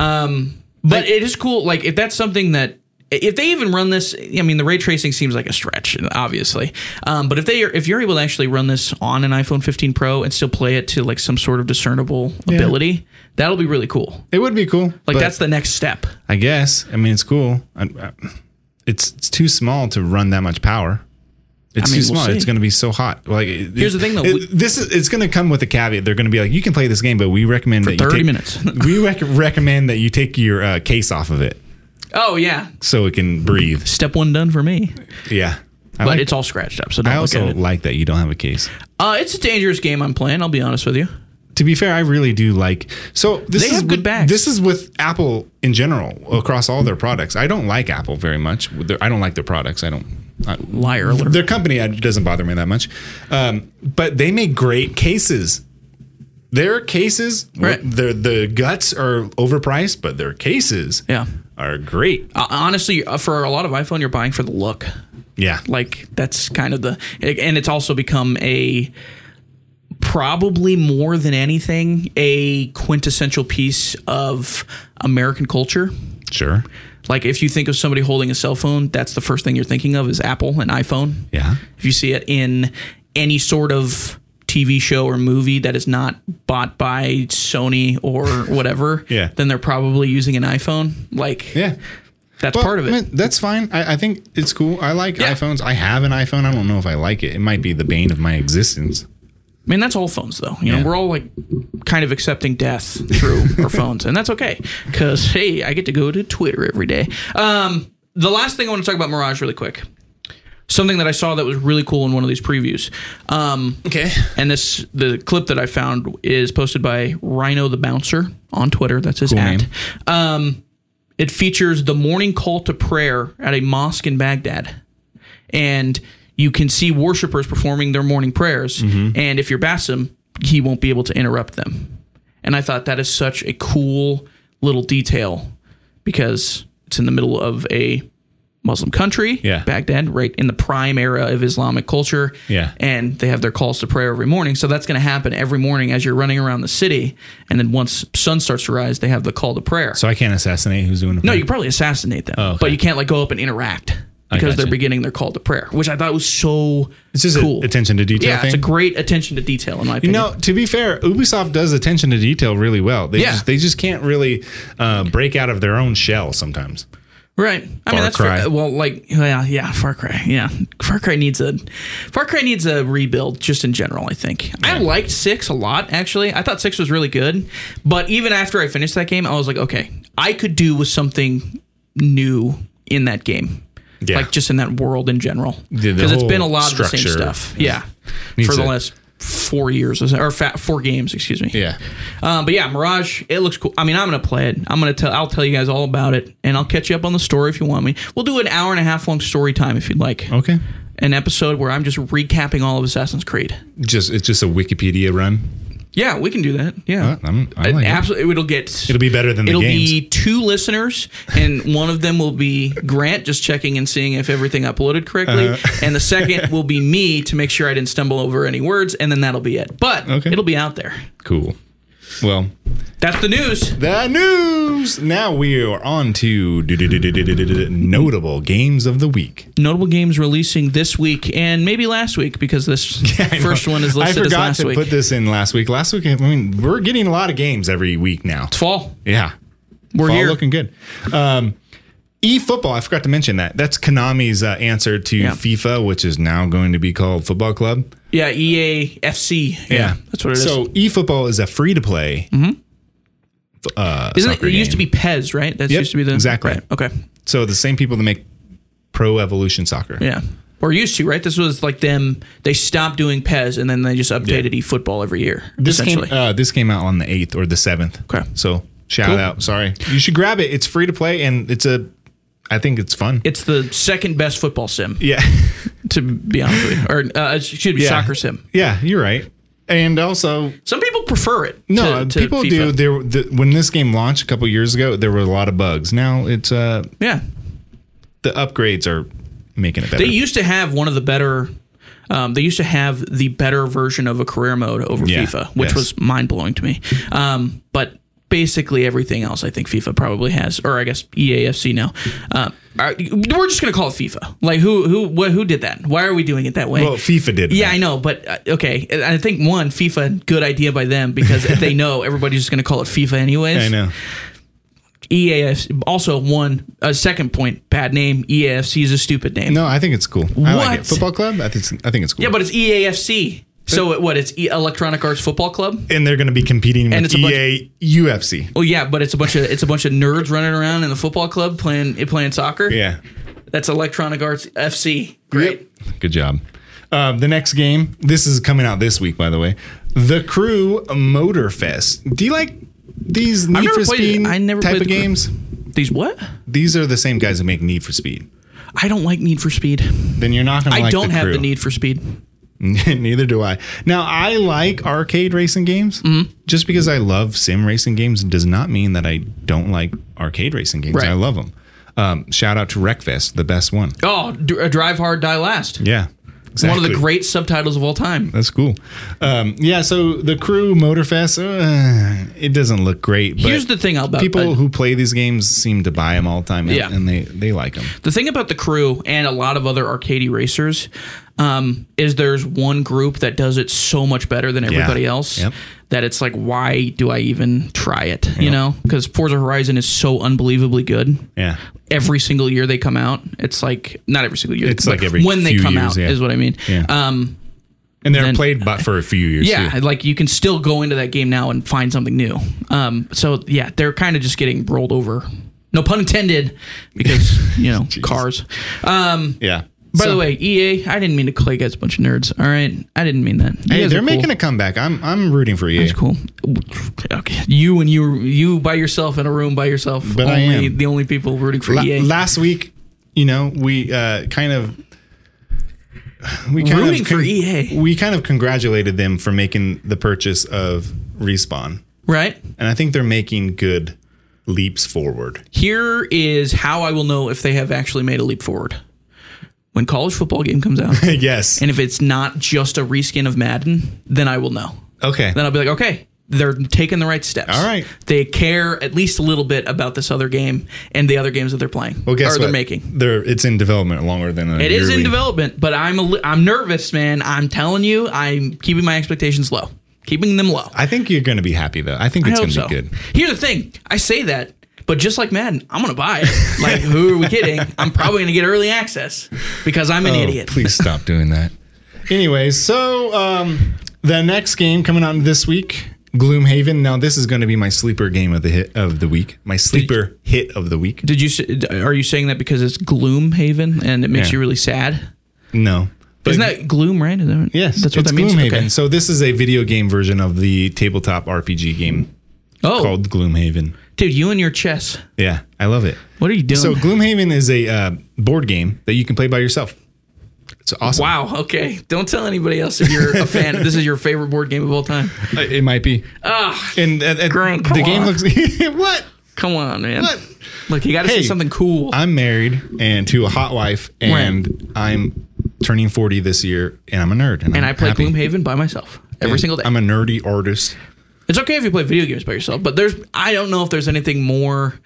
A: But it is cool. Like if that's something that if they even run this, I mean, the ray tracing seems like a stretch, obviously. Um, but if they are, if you're able to actually run this on an iPhone 15 Pro and still play it to like some sort of discernible ability, that'll be really cool.
B: it would be cool.
A: Like
B: but-
A: that's the next step.
B: I guess. I mean, it's cool. I, I, it's it's too small to run that much power. It's
A: I mean,
B: too
A: we'll
B: small.
A: see.
B: it's going to be so hot. Like it-
A: Here's the thing, though.
B: it-
A: We-
B: this is it's going to come with a caveat. They're going to be like, you can play this game, but we recommend that
A: 30
B: you take,
A: minutes.
B: we rec- recommend that you take your uh, case off of it
A: Oh yeah,
B: so it can breathe.
A: step one done for me.
B: Yeah, I
A: But
B: like.
A: it's all scratched up, so don't
B: I
A: look
B: also
A: at it.
B: like that you don't have a case.
A: Uh, it's a dangerous game I'm playing. I'll be honest with you.
B: To be fair, I really do like. So this
A: They
B: is
A: have good
B: with-
A: bags.
B: This is with Apple in general across all their products. I don't like Apple very much. Their- I don't like their products. I don't. I,
A: Liar alert.
B: their company uh, doesn't bother me that much, um, but they make great cases. Their cases,
A: Right.
B: their the guts are overpriced, but their cases
A: Yeah.
B: are great.
A: Uh, honestly, uh, for a lot of iPhone, you're buying for the look.
B: Yeah,
A: like that's kind of the and it's also become a probably more than anything a quintessential piece of american culture
B: sure.
A: like if you think of somebody holding a cell phone that's the first thing you're thinking of is apple and iphone
B: Yeah,
A: if you see it in any sort of TV show or movie that is not bought by Sony or whatever,
B: Yeah.
A: then they're probably using an iPhone. Like
B: yeah.
A: that's part of it.
B: I mean, that's fine. I, I think it's cool. I like
A: Yeah.
B: iPhones. I have an iPhone. I don't know if I like it. It might be the bane of my existence.
A: I mean, that's all phones, though. You
B: Yeah.
A: know, we're all like kind of accepting death through our phones, and that's okay because hey, I get to go to Twitter every day. Um, the last thing I want to talk about Mirage really quick. Something that I saw that was really cool in one of these previews. Um,
B: Okay.
A: and this the clip that I found is posted by Rhino the Bouncer on Twitter. That's his at.
B: name.
A: Um, it features the morning call to prayer at a mosque in Baghdad, and you can see
C: Mm-hmm.
A: worshipers performing their morning prayers. And if you're Bassem, he won't be able to interrupt them. And I thought that is such a cool little detail because it's in the middle of a Muslim country,
C: Yeah.
A: Baghdad, right in the prime era of Islamic culture.
C: Yeah.
A: And they have their calls to prayer every morning. So that's going to happen every morning as you're running around the city. And then once sun starts to rise, they have the call to prayer.
B: So Oh, I can't assassinate who's doing the
A: No, you could probably assassinate them,
C: okay.
A: but you can't like go up and interact because they're
C: gotcha.
A: beginning their call to prayer, which I thought was so
B: It's just a
A: cool.
B: attention to detail
A: Yeah,
B: thing.
A: it's a great attention to detail in my
B: You
A: opinion.
B: know, to be fair, Ubisoft does attention to detail really well. They
A: Yeah.
B: just, they just can't really uh, break out of their own shell sometimes.
A: right? I mean,
B: Far
A: that's
B: Cry.
A: fair. well, like yeah, yeah, Far Cry, yeah, Far Cry needs a Far Cry needs a rebuild just in general. I think I liked six a lot actually. I thought six was really good, but even after I finished that game, I was like, okay, I could do with something new in that game.
B: Yeah.
A: Like just in that world in general,
B: The- the
A: because it's been a
B: whole
A: lot of the same
B: structure
A: stuff. Yeah,
B: needs
A: for the
B: to-
A: last four years or fa- four games, excuse me. Um, but yeah, Mirage, it looks cool. I mean, I'm gonna play it. I'm gonna tell. I'll tell you guys all about it, and I'll catch you up on the story if you want me. We'll do an hour and a half long story time if you'd like.
B: Okay.
A: An episode where I'm just recapping all of Assassin's Creed.
B: Just it's just a Wikipedia run.
A: Yeah, we can do that. Yeah,
B: Uh, I'm, I like it.
A: absolutely. It'll get.
B: It'll be better than the
A: It'll
B: games.
A: be two listeners, and one of them will be Grant, just checking and seeing if everything uploaded correctly,
B: Uh-huh.
A: and the second will be me to make sure I didn't stumble over any words, and then that'll be it. But
B: Okay.
A: it'll be out there.
B: cool. Well,
A: That's the news.
B: the news. Now we are on to notable games of the week.
A: notable games releasing this week and maybe last week because this first one is
B: I
A: listed as
B: forgot
A: last
B: to
A: week.
B: put this in last week. Last week, I mean, we're getting a lot of games every week now.
A: Fall.
B: Yeah,
A: We're
B: Fall
A: here.
B: looking good. Um, eFootball, I forgot to mention that. That's Konami's uh, answer to
A: Yeah.
B: FIFA, which is now going to be called Football Club.
A: Yeah, E EA FC. Yeah, that's what it is. Mm-hmm.
B: So eFootball is a free to play. Uh,
A: Isn't it,
B: soccer
A: it used to
B: game.
A: be Pez, right? That
B: Yep,
A: used to be the
B: exactly.
A: right, Okay,
B: So the same people that make Pro Evolution Soccer.
A: yeah, or used to, right? This was like them. They stopped doing Pez and then they just updated eFootball every year.
B: This came,
A: essentially,
B: uh, this came out on the 8th or the 7th.
A: Okay.
B: So shout out. Sorry. You should grab it. It's free to play and it's a, I think it's fun.
A: it's the second best football sim,
B: yeah.
A: to be honest with you, or uh, it should be
B: yeah.
A: soccer sim.
B: Yeah, you're right. And also,
A: Some people prefer it.
B: No,
A: to- to
B: people
A: FIFA.
B: do. There, the, when this game launched a couple years ago, there were a lot of bugs. Now it's uh,
A: Yeah,
B: the upgrades are making it better.
A: They used to have one of the better. Um, they used to have the better version of a career mode over
B: Yeah,
A: FIFA, which
B: yes.
A: was mind blowing to me. Um, but basically everything else, I think FIFA probably has, or I guess E EAFC now. Uh, are- we're just gonna call it FIFA. Like who who what, who did that? Why are we doing it that way?
B: well, FIFA did.
A: yeah, I know, but uh, okay. And I think one FIFA, good idea by them because if they know everybody's just going to call it FIFA anyways. E
B: I know.
A: EAFC also one a second point bad name. EAFC is a stupid name.
B: No, I think it's cool. I like
A: What?
B: it. Football club. I think it's, I think it's cool.
A: Yeah, but it's E EAFC. So it, what? It's e- Electronic Arts Football Club.
B: and they're going to be competing with E
A: And it's a bunch-
B: EA UFC.
A: Oh yeah, but it's a bunch of it's a bunch of nerds running around in the football club playing playing soccer.
B: Yeah.
A: that's Electronic Arts FC. Great.
B: Yep. Good job. Uh, the next game. This is coming out this week, by the way. The Crew Motor Fest. Do you like these Need
A: never
B: for
A: played it.
B: Speed
A: I never
B: type
A: played
B: of
A: The Crew.
B: games?
A: These what?
B: These are the same guys that make Need for Speed.
A: I don't like Need for Speed.
B: Then you're not going to
A: I
B: like
A: don't
B: the
A: have
B: crew.
A: the Need for Speed.
B: Neither do I. Now I like arcade racing games.
A: Mm-hmm.
B: Just because I love sim racing games does not mean that I don't like arcade racing games.
A: Right.
B: I love them. Um, shout out to Wreckfest, the best one.
A: Oh, D- Drive Hard, Die Last.
B: Yeah, exactly.
A: One of the great subtitles of all time.
B: That's cool. Um, yeah, so the crew Motorfest, uh, it doesn't look great. But
A: Here's the thing about
B: people who play these games seem to buy them all the time, and,
A: Yeah.
B: and they they like them.
A: The thing about the crew and a lot of other arcade racers um, is there's one group that does it so much better than everybody else
B: Yep.
A: that it's like, why do I even try it? You know, because Forza Horizon is so unbelievably good.
B: Yeah,
A: Every single year they come out, it's like not every single year.
B: It's
A: but
B: like every
A: when they
B: few
A: come
B: years,
A: out
B: yeah.
A: is what I mean.
B: Yeah.
A: Um,
B: and they're
A: Then-
B: played but for a few years.
A: yeah,
B: too.
A: like you can still go into that game now and find something new. Um, so yeah, they're kind of just getting rolled over. No pun intended, because you know cars.
B: yeah.
A: By
B: So-
A: the way, EA, I didn't mean to call you guys a bunch of nerds. All right, I didn't mean that. You
B: Hey,
A: guys
B: they're
A: are cool.
B: making a comeback. I'm I'm rooting for E you.
A: It's cool. Okay, you and you, you by yourself in a room by yourself.
B: But I
A: only,
B: am.
A: the only people rooting for E
B: La-
A: EA.
B: last week, you know, we uh, kind of we kind
A: Rooting
B: of
A: for E EA.
B: we kind of congratulated them for making the purchase of Respawn.
A: right?
B: and I think they're making good leaps forward.
A: Here is how I will know if they have actually made a leap forward. When college football game comes out,
B: yes.
A: and if it's not just a reskin of Madden, then I will know.
B: Okay.
A: Then I'll be like, okay, they're taking the right steps.
B: All right.
A: They care at least a little bit about this other game and the other games that they're playing
B: Well,
A: or
B: guess what?
A: they're making.
B: They're it's in development longer than a
A: It is in
B: year we-
A: development, but I'm a li- I'm nervous, man. I'm telling you, I'm keeping my expectations low, keeping them low.
B: I think you're going to be happy though. I think
A: I
B: it's
A: hope
B: going to
A: so.
B: be good.
A: Here's the thing: I say that, but just like Madden, I'm gonna buy it. like, who are we kidding? I'm probably gonna get early access because I'm an
B: Oh,
A: idiot.
B: Please stop doing that. Anyways, so um, the next game coming on this week, Gloomhaven. Now this is going to be my sleeper game of the hit of the week. My sleeper hit of the week.
A: Did you? s- Are you saying that because it's Gloomhaven and it makes
B: Yeah.
A: you really sad?
B: No. But
A: Isn't that gloom, right? Is that-
B: Yes,
A: that's what
B: it's
A: that means.
B: Gloomhaven.
A: Okay.
B: So this is a video game version of the tabletop RPG game
A: Oh,
B: called Gloomhaven.
A: dude, you and your chess.
B: Yeah, I love it.
A: What are you doing?
B: So Gloomhaven is a uh, board game that you can play by yourself. It's awesome.
A: wow. Okay. Don't tell anybody else if you're a fan. This is your favorite board game of all time.
B: Uh, It might be.
A: Ah,
B: And, and, and
A: Grant,
B: the
A: come
B: game
A: on.
B: looks what?
A: come on, man.
B: What?
A: Look, you got to
B: Hey,
A: say something cool.
B: I'm married and to a hot wife, and I'm turning 40 this year, and I'm a nerd.
A: and
B: I'm
A: I play
B: happy.
A: Gloomhaven by myf every
B: And
A: single day.
B: I'm a nerdy artist.
A: It's okay if you play video games by yourself, but there's I don't know if there's anything more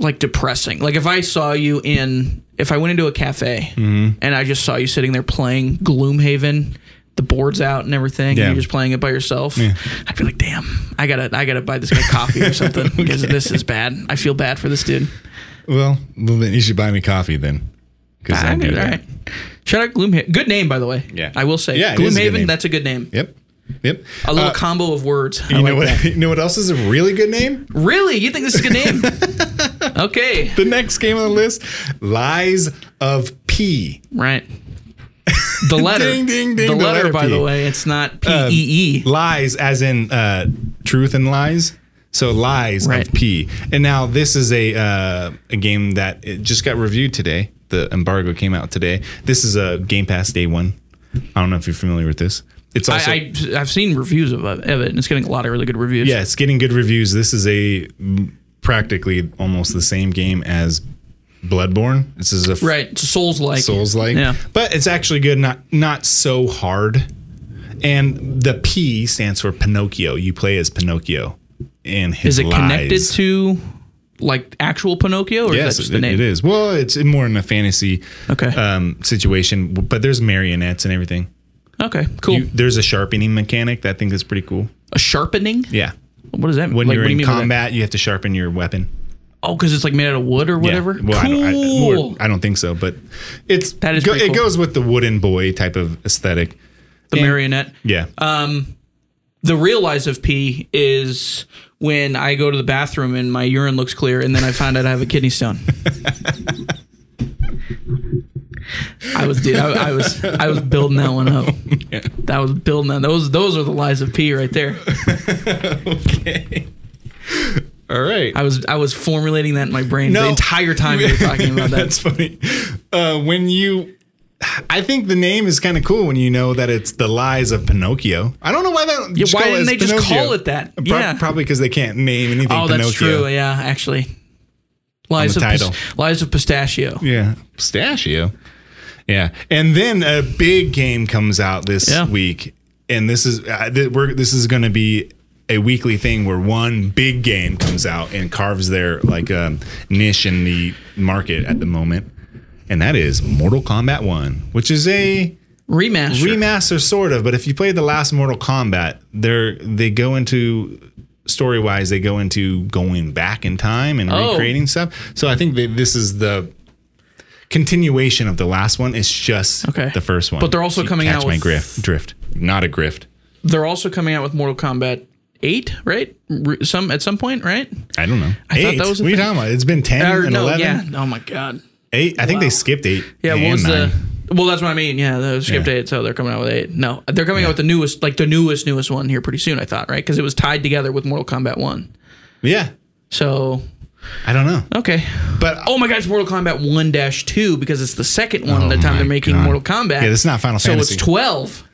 A: like depressing. Like if I saw you in if I went into a cafe
B: Mm-hmm.
A: and I just saw you sitting there playing Gloomhaven, the boards out and everything,
B: Yeah.
A: and you're just playing it by yourself, I'd be like, damn, I gotta I gotta buy this guy coffee or something because this is bad. I feel bad for this dude.
B: Well, well, then you should buy me coffee then. Because
A: I'm good. All right. Shout out Gloomhaven. Good name, by the way.
B: Yeah.
A: I will say.
B: Yeah, it is a good
A: Gloomhaven,
B: name.
A: that's a good name.
B: Yep. Yep.
A: A little
B: Uh,
A: combo of words. I
B: you
A: like
B: know
A: that.
B: what? You know what else is a really good name?
A: Really? You think this is a good name? okay.
B: The next game on the list, Lies of P.
A: Right. The letter.
B: Ding, ding, ding,
A: The,
B: the
A: letter,
B: letter
A: by
B: P. Uh,
A: the way, it's not P E E.
B: lies as in uh, truth and lies so lies
A: Right.
B: of p and now this is a uh, a game that it just got reviewed today the embargo came out today this is a game pass day one i don't know if you're familiar with this it's also
A: I, I, I've seen reviews of, it- of it, and it's getting a lot of really good reviews.
B: yeah it's getting good reviews this is a mm, practically almost the same game as bloodborne this is a f-
A: Right. It's Souls like.
B: Souls like.
A: Yeah.
B: But it's actually good, not not so hard. And the P stands for Pinocchio. You play as Pinocchio and
A: Is
B: his
A: it connected
B: lies.
A: to like actual Pinocchio, or
B: Yes,
A: is that just
B: it-
A: the name?
B: it is. Well, it's more in a fantasy
A: Okay.
B: um, situation, but there's marionettes and everything.
A: okay. Cool.
B: You, there's a sharpening mechanic that I think is pretty cool.
A: a sharpening?
B: Yeah.
A: What does that mean?
B: When
A: Like,
B: you're
A: what do
B: in
A: you mean by that?
B: combat, you have to sharpen your weapon.
A: Oh, because it's like made out of wood or whatever.
B: Yeah. Well,
A: cool.
B: I, don't, I, or- I don't think so, but it's
A: That is pretty
B: it
A: cool.
B: goes with the wooden boy type of aesthetic.
A: the marionette.
B: Yeah.
A: the real lies of pee is when I go to the bathroom and my urine looks clear, and then I find out I have a kidney stone. I was, dude, I, I was, I was building that one up. That was building that. Those, those are the lies of pee right there.
B: okay. All right.
A: I was, I was formulating that in my brain the
B: No.
A: entire time you were talking about that.
B: That's funny. Uh, when you, I think the name is kind of cool when you know that it's the lies of Pinocchio. I don't know why that.
A: Yeah,
B: just
A: why
B: call it
A: didn't
B: as
A: they just
B: Pinocchio.
A: call it that?
B: Pro-
A: yeah.
B: Probably because they can't name anything.
A: oh,
B: Pinocchio.
A: that's true. Yeah, actually. Lies of
B: the
A: pis-
B: title.
A: lies of pistachio.
B: Yeah, pistachio. Yeah, and then a big game comes out this
A: Yeah.
B: week, and this is uh, th- we're, this is going to be a weekly thing where one big game comes out and carves their like um, niche in the market at the moment, and that is Mortal Kombat One, which is a
A: Remaster.
B: remaster sort of. But if you play the last Mortal Kombat, they're they go into story wise, they go into going back in time and
A: Oh.
B: recreating stuff. So I think that this is the continuation of the last one. It's just
A: Okay.
B: the first one.
A: But they're also
B: You
A: coming
B: catch
A: out
B: my
A: with-
B: grift, drift, not a grift.
A: They're also coming out with Mortal Kombat 8, right? R- Some at some point, right?
B: I don't know. I
A: thought that was a
B: what are you
A: thing.
B: talking about? It's been ten
A: Or
B: and
A: no,
B: eleven.
A: yeah. Oh my god.
B: Eight. I think they skipped eight.
A: Yeah,
B: and
A: what was
B: nine.
A: the Well, that's what I mean. Yeah, the skipped
B: Yeah.
A: 8, so Oh, they're coming out with 8. No, they're coming out with the newest like the newest newest one here pretty soon, I thought, right? Cuz it was tied together with Mortal Kombat 1.
B: Yeah.
A: So,
B: I don't know.
A: okay.
B: But
A: Oh my god, it's Mortal Kombat 1-2 because it's the second one
B: Oh
A: the time
B: my
A: they're making
B: God.
A: Mortal Kombat.
B: Yeah, this is not Final
A: so
B: Fantasy.
A: it's 12.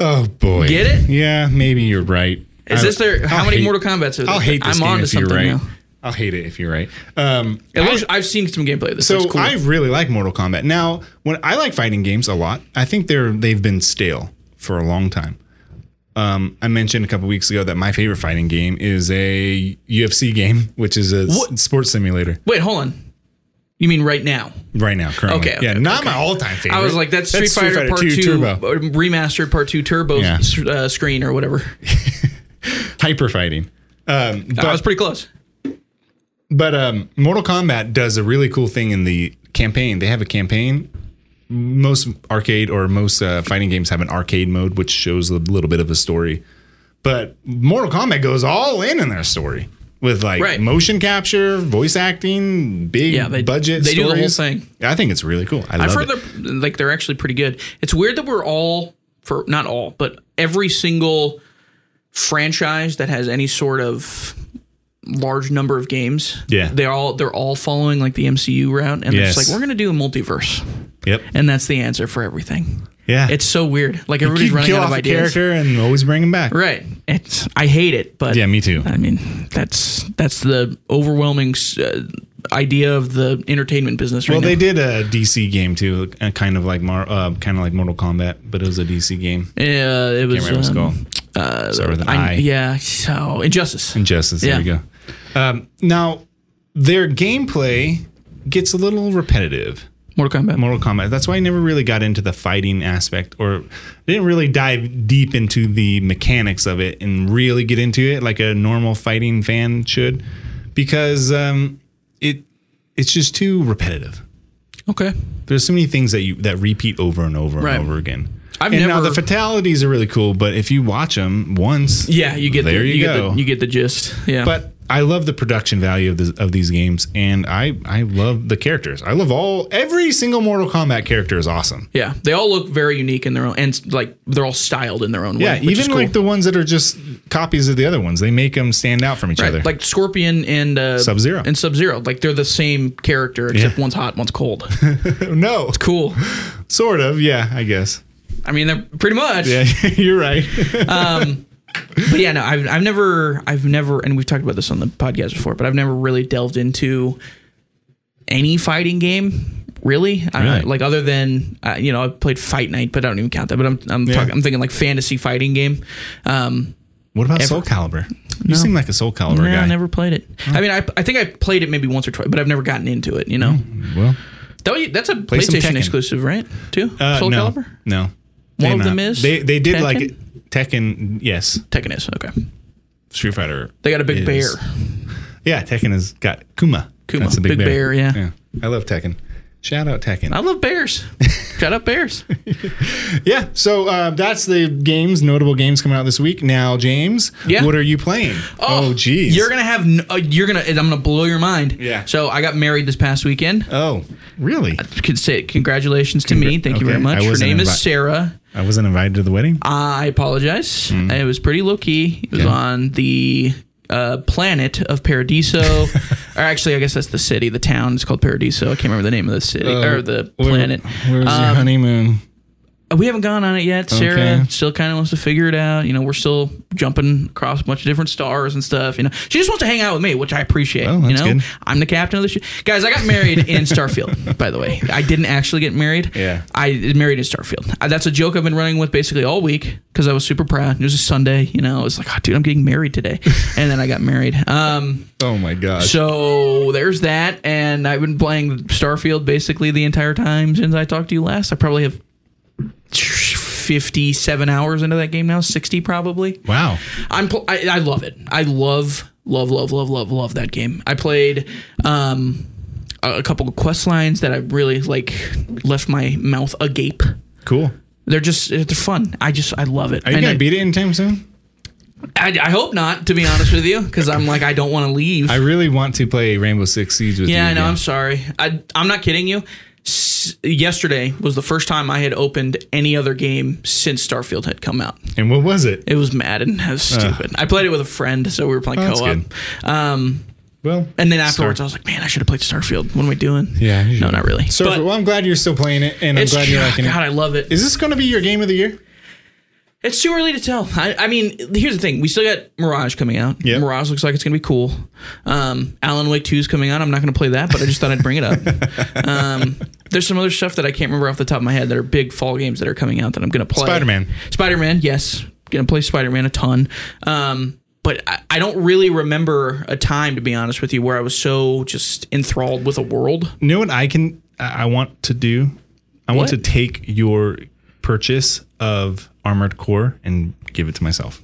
B: oh boy.
A: Get it?
B: Yeah, maybe you're right.
A: Is
B: I-
A: this their how
B: I'll
A: many
B: hate-
A: Mortal Kombat's? Are there?
B: I'll hate this
A: I'm
B: game
A: onto
B: if you're
A: something
B: right.
A: now.
B: I'll hate it if you're right. Um,
A: It
B: I-
A: looks, I've seen some gameplay. of This
B: so
A: looks cool.
B: I really like Mortal Kombat. Now, when I like fighting games a lot, I think they're they've been stale for a long time. Um, I mentioned a couple weeks ago that my favorite fighting game is a UFC game, which is a s-
A: What?
B: sports simulator.
A: Wait, hold on. You mean right now?
B: Right now, currently,
A: Okay, okay,
B: yeah, not
A: okay.
B: my all-time favorite.
A: I was like, that's Street, Fighter, Part Two,
B: Turbo,
A: uh, remastered Part Two Turbo
B: Yeah.
A: s- uh, screen or whatever.
B: hyper fighting. Um, but
A: I was pretty close.
B: But um, Mortal Kombat does a really cool thing in the campaign. They have a campaign. Most arcade or most uh, fighting games have an arcade mode, which shows a little bit of a story. But Mortal Kombat goes all in in their story with like
A: Right.
B: motion capture, voice acting, big
A: Yeah, they-
B: budget.
A: they do the whole
B: stories.
A: thing.
B: I think it's really cool. I
A: I've
B: love
A: heard
B: it.
A: that like they're actually pretty good. It's weird that we're all for not all, but every single franchise that has any sort of large number of games,
B: Yeah.
A: they're all they're all following like the MCU route, and it's
B: Yes.
A: like we're gonna do a multiverse,
B: yep.
A: and that's the answer for everything.
B: Yeah.
A: It's so weird. Like everybody's
B: You
A: running out of
B: a
A: ideas.
B: character and always bring him back.
A: Right. It's I hate it, but
B: Yeah, me too.
A: I mean, that's that's the overwhelming uh, idea of the entertainment business right
B: Well,
A: now.
B: they did a DC game too, uh, kind of like Mar- uh, kind of like Mortal Kombat, but it was a DC game.
A: Yeah, it was.
B: Can't remember
A: um,
B: what it's called. Uh, Start with an
A: I,
B: I.
A: yeah, so injustice.
B: Injustice. There
A: Yeah.
B: you go. Um, now, their gameplay gets a little repetitive.
A: Mortal Kombat.
B: Mortal Kombat. That's why I never really got into the fighting aspect, or didn't really dive deep into the mechanics of it and really get into it like a normal fighting fan should, because um, it it's just too repetitive.
A: okay.
B: There's so many things that you that repeat over and over
A: Right.
B: and over again.
A: I've
B: and now
A: never-
B: the fatalities are really cool, but if you watch them once,
A: Yeah, you get
B: there
A: the,
B: you, go.
A: get the, you get the gist. Yeah,
B: But I love the production value of this, of these games, and I I love the characters. I love all every single Mortal Kombat character is awesome.
A: yeah, they all look very unique in their own, and like they're all styled in their own
B: Yeah,
A: way. which
B: even
A: is cool.
B: like the ones that are just copies of the other ones, they make them stand out from each
A: Right,
B: other.
A: like Scorpion and uh,
B: Sub-Zero.
A: and Sub Zero, like they're the same character except
B: Yeah.
A: one's hot, one's cold.
B: no,
A: cool.
B: sort of. Yeah, I guess.
A: I mean, they're pretty much.
B: Yeah, you're right.
A: But yeah, no, I've, I've never, I've never, and we've talked about this on the podcast before, but I've never really delved into any fighting game, really. I,
B: Really?
A: like other than, uh, you know, I played Fight Night, but I don't even count that. But I'm, I'm, talking, I'm thinking like fantasy fighting game. Um,
B: what about Soul Calibur? You seem like a Soul Calibur
A: no,
B: guy.
A: I never played it. I mean, I, I think I played it maybe once or twice, but I've never gotten into it. You know,
B: Well,
A: Don't you- that's a
B: Hmm. some
A: PlayStation
B: Tekken.
A: exclusive, right? Too
B: uh,
A: Soul
B: no,
A: Calibur.
B: no.
A: One
B: They're
A: of them
B: not.
A: is
B: they. They did like
A: Tekken?
B: it- Tekken. Yes,
A: Tekken is okay.
B: Street Fighter.
A: They got a big
B: is-
A: bear.
B: Yeah, Tekken has got Kuma.
A: Kuma, Big Bear, yeah.
B: I love Tekken. Shout out Tekken.
A: I love bears. Shut up, bears.
B: Yeah, so uh, that's the games, notable games coming out this week. Now, James,
A: Yeah.
B: what are you playing? Oh, geez.
A: You're gonna have. n- Uh, you're gonna. I'm gonna blow your mind.
B: Yeah.
A: So I got married this past weekend.
B: oh, really?
A: Could say congratulations to me. Thank you very
B: okay.
A: much.
B: I
A: Her
B: wasn't
A: name
B: invi-
A: is Sarah.
B: I wasn't invited to the wedding.
A: I apologize. It was pretty low key. It was
B: Mm-hmm. Okay.
A: on the uh, planet of Paradiso, or actually, I guess that's the city. The town is called Paradiso. I can't remember the name of the city
B: Uh,
A: or the planet.
B: Oh,
A: Um,
B: Where was your honeymoon?
A: Uh, We haven't gone on it yet. Sarah
B: Okay.
A: still kind of wants to figure it out. You know, we're still jumping across a bunch of different stars and stuff. You know, she just wants to hang out with me, which I appreciate.
B: Oh,
A: you
B: that's
A: know,
B: good.
A: I'm the captain of the ship. Guys, I got married in Starfield, by the way. I didn't actually get married.
B: Yeah.
A: I married in Starfield. I, that's a joke I've been running with basically all week because I was super proud. It was a Sunday. You know, I was like, oh, dude, I'm getting married today. and then I got married. Um,
B: Oh, my gosh.
A: so there's that, and I've been playing Starfield basically the entire time since I talked to you last. I probably have 57 hours into that game now, 60 probably.
B: wow.
A: I'm pl- I, I love it. I love love love love love love that game. I played um a, a couple of quest lines that I really like left my mouth agape.
B: Cool.
A: They're just they're fun. I just I love it.
B: Are you
A: And
B: going
A: I-
B: to beat it anytime soon?
A: I, I hope not, to be honest with you, because I'm like I don't want to leave.
B: I really want to play Rainbow Six Siege with you.
A: Yeah, I know.
B: again.
A: I'm sorry. I I'm not kidding you. S- yesterday was the first time I had opened any other game since Starfield had come out.
B: and what was it?
A: It was Madden. That was stupid. I played it with a friend, so we were playing
B: Oh, that's
A: co-op. Um,
B: Well,
A: and then afterwards, I was like, man, I should have played Starfield. What am I doing?
B: Yeah, you
A: No,
B: should.
A: not really.
B: Surfer,
A: But
B: well, I'm glad you're still playing it, and I'm
A: it's,
B: glad you're liking
A: God,
B: it.
A: I love it.
B: Is this going to be your game of the year?
A: It's too early to tell. I, I mean, here's the thing: we still got Mirage coming out.
B: Yep.
A: Mirage looks like it's gonna be cool. Um, Alan Wake Two is coming out. I'm not gonna play that, but I just thought I'd bring it up. Um, there's some other stuff that I can't remember off the top of my head that are big fall games that are coming out that I'm gonna play.
B: Spider-Man.
A: Spider Man. Yes, gonna play Spider Man a ton. Um, but I, I don't really remember a time, to be honest with you, where I was so just enthralled with a world.
B: You know what I can I I want to do? I want
A: What?
B: to take your purchase of Armored Core and give it to myself.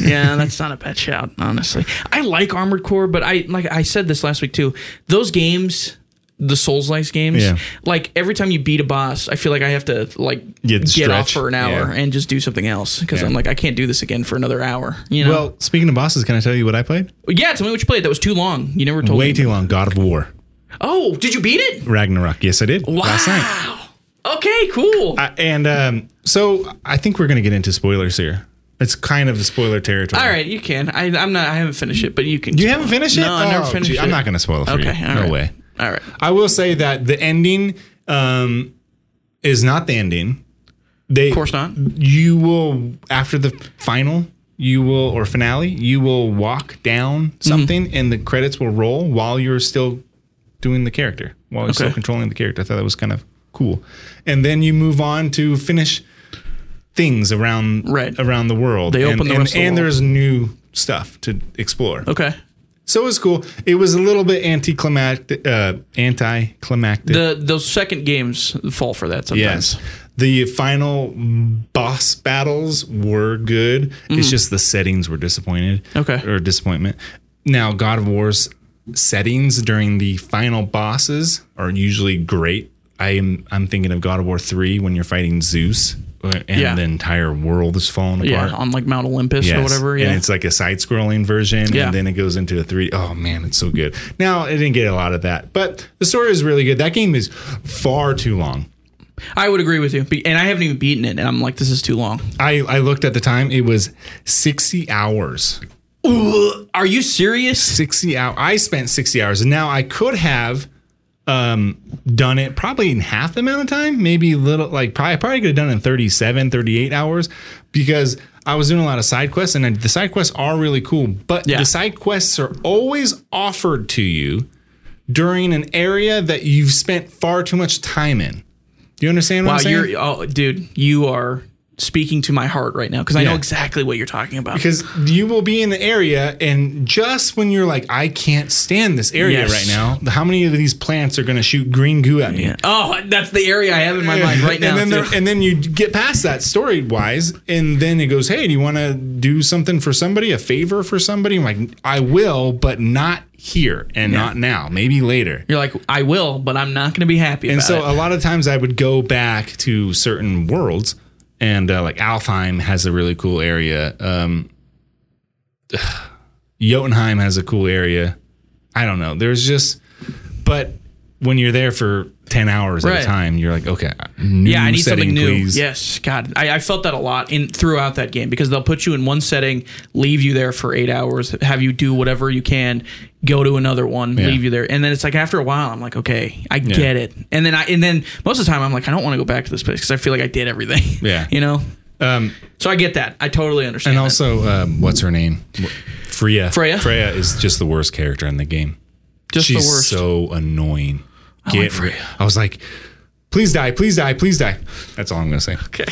A: yeah, that's not a bad shout, honestly. I like Armored Core, but I like I said this last week too. Those games, the Souls like games,
B: Yeah.
A: like every time you beat a boss, I feel like I have to like
B: Yeah,
A: get off
B: stretch.
A: for an hour
B: Yeah.
A: and just do something else because
B: Yeah.
A: I'm like I can't do this again for another hour. You know?
B: Well, speaking of bosses, can I tell you what I played?
A: yeah, tell me what you played. That was too long. You never told
B: Way
A: me.
B: too long. God of War,
A: oh, did you beat it?
B: Ragnarok. Yes, I did
A: Wow.
B: last night.
A: Okay, cool.
B: I, and um, so I think we're gonna get into spoilers here. It's kind of spoiler territory.
A: all right, you can. I, I'm not. I haven't finished it, but you can.
B: You haven't finished it?
A: No, I never
B: Oh,
A: finished
B: gee,
A: it.
B: I'm not going to spoil it for
A: Okay,
B: you.
A: all
B: no
A: right.
B: way.
A: All right.
B: I will say that the ending um, is not the ending. They, of
A: course not.
B: You will after the final, you will or finale, you will walk down
A: Mm-hmm.
B: something, and the credits will roll while you're still doing the character, while you're still
A: Okay.
B: controlling the character. I thought that was kind of cool. And then you move on to finish things around
A: Right.
B: around the world.
A: They
B: and,
A: open the
B: and,
A: rest of the
B: and
A: world.
B: there's new stuff to explore.
A: Okay.
B: So it was cool. It was a little bit anticlimactic. Uh, anticlimactic.
A: The those second games fall for that sometimes.
B: yes. The final boss battles were good. It's just the settings were disappointed.
A: Mm. Okay.
B: Or disappointment. Now, God of War's settings during the final bosses are usually great. I am I'm thinking of God of War 3 when you're fighting Zeus uh, and
A: Yeah.
B: the entire world is falling apart.
A: Yeah, on like Mount Olympus or
B: Yes.
A: whatever. Yeah.
B: And it's like a side scrolling version.
A: Yeah.
B: And then it goes into a three oh man, it's so good. Now, I didn't get a lot of that, but the story is really good. That game is far too long.
A: I would agree with you. Be- And I haven't even beaten it. And I'm like, this is too long.
B: I, I looked at the time, it was 60 hours.
A: Are you serious?
B: 60 hours. I spent 60 hours. And now I could have um, done it probably in half the amount of time, maybe a little like probably, probably could have done it in 37, 38 hours because I was doing a lot of side quests and I, the side quests are really cool, but
A: Yeah.
B: the side quests are always offered to you during an area that you've spent far too much time in. Do you understand what
A: Wow,
B: I'm saying?
A: you're, oh, dude, you are speaking to my heart right now because I know
B: Yeah.
A: exactly what you're talking about.
B: because you will be in the area and just when you're like i can't stand this area
A: Yes.
B: right now how many of these plants are going to shoot green goo at me
A: Oh, that's the area I have in my mind right now.
B: and then,
A: too.
B: there- and then you get past that story wise, and then it goes, "Hey, do you want to do something for somebody, a favor for somebody?" I'm like, "I will, but not here and not now. Maybe later."
A: You're like, I will, but I'm not going to be happy
B: And
A: about
B: so
A: it.
B: a lot of times I would go back to certain worlds, and uh, like Alfheim has a really cool area. Um, Jotunheim has a cool area. I don't know. There's just, but when you're there for ten hours at
A: Right.
B: a time, you're like, okay, new
A: Yeah, I need
B: setting,
A: something new.
B: please.
A: Yes, God, I, I felt that a lot in throughout that game because they'll put you in one setting, leave you there for eight hours, have you do whatever you can, go to another one, leave you there, and then it's like after a while, I'm like, okay, I get it, and then I and then most of the time I'm like, I don't want to go back to this place because I feel like I did everything.
B: Yeah. Um,
A: you know. so I get that. I totally understand.
B: And
A: that.
B: also, um, what's her name? Freya.
A: Freya?
B: Freya is just the worst character in the game.
A: just
B: She's
A: the worst.
B: so annoying. I
A: like
B: Get
A: Freya.
B: ri- I was like, please die, please die, please die. That's all I'm gonna say.
A: okay.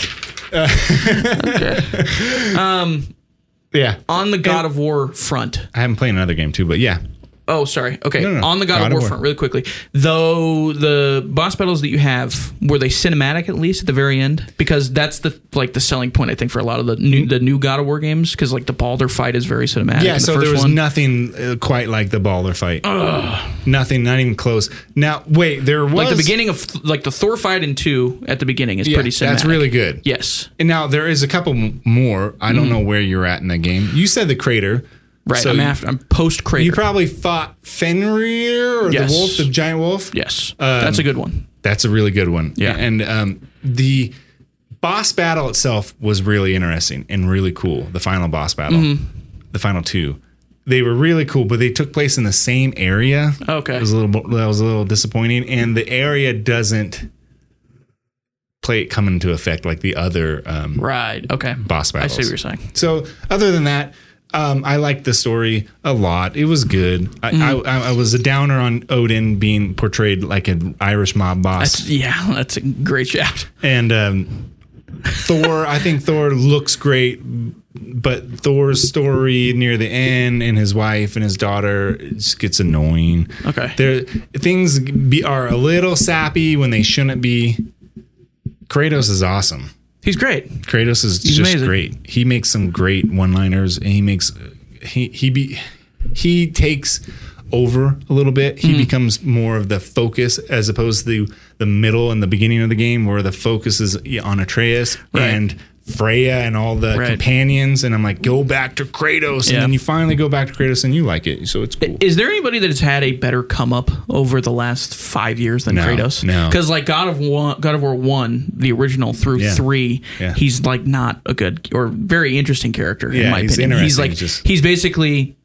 B: Yeah.
A: On the God of War front,
B: I haven't played another game too, but yeah.
A: Oh, sorry. Okay.
B: no, no.
A: On the God, of War, front, really quickly. Though the boss battles that you have were they cinematic at least at the very end because that's the like the selling point I think for a lot of the new the new God of War games because like the Balder fight is very cinematic.
B: Yeah,
A: in the
B: so
A: first
B: there was
A: one.
B: nothing uh, quite like the baller fight. Nothing, not even close. Now, wait, there was
A: like the beginning of like the Thor fight in two at the beginning is
B: Yeah,
A: pretty cinematic.
B: That's really good.
A: yes.
B: And now there is a couple m- more. I don't know where you're at in the game. You said the crater.
A: Mm. Right.
B: So
A: I'm
B: you-
A: after. I'm post
B: You
A: crater.
B: probably fought Fenrir or
A: Yes.
B: the wolf, the giant wolf.
A: yes.
B: Um,
A: that's a good one.
B: That's a really good one.
A: Yeah.
B: And um, the boss battle itself was really interesting and really cool. The final boss battle,
A: Mm-hmm.
B: the final two, they were really cool, but they took place in the same area.
A: Okay.
B: It was a little, bo- that was a little disappointing. And the area doesn't play it come into effect like the other um,
A: Right. Okay.
B: boss
A: I
B: battles.
A: see what you're saying.
B: So, other than that, um, I liked the story a lot. It was good. I,
A: Mm-hmm.
B: I, I, I was a downer on Odin being portrayed like an Irish mob boss,
A: That's, yeah, that's a great shout.
B: and um, Thor. I think Thor looks great, but Thor's story near the end and his wife and his daughter it just gets annoying.
A: Okay.
B: there things be, are a little sappy when they shouldn't be. Kratos is awesome.
A: He's great.
B: Kratos is just
A: amazing.
B: great. He makes some great one-liners, and he makes he he be he takes over a little bit.
A: Hmm.
B: He becomes more of the focus as opposed to the middle and the beginning of the game, where the focus is on Atreus
A: Right.
B: and Freya and all the
A: Right.
B: companions. And I'm like, go back to Kratos,
A: Yeah.
B: and then you finally go back to Kratos, and you like it, so it's cool.
A: Is there anybody that has had a better come up over the last five years than
B: No,
A: Kratos?
B: no.
A: because like God of War, God of War one, the original through
B: Yeah.
A: three,
B: Yeah.
A: he's like not a good or very interesting character in
B: Yeah,
A: my
B: he's
A: opinion. He's
B: interesting,
A: like
B: just-
A: he's basically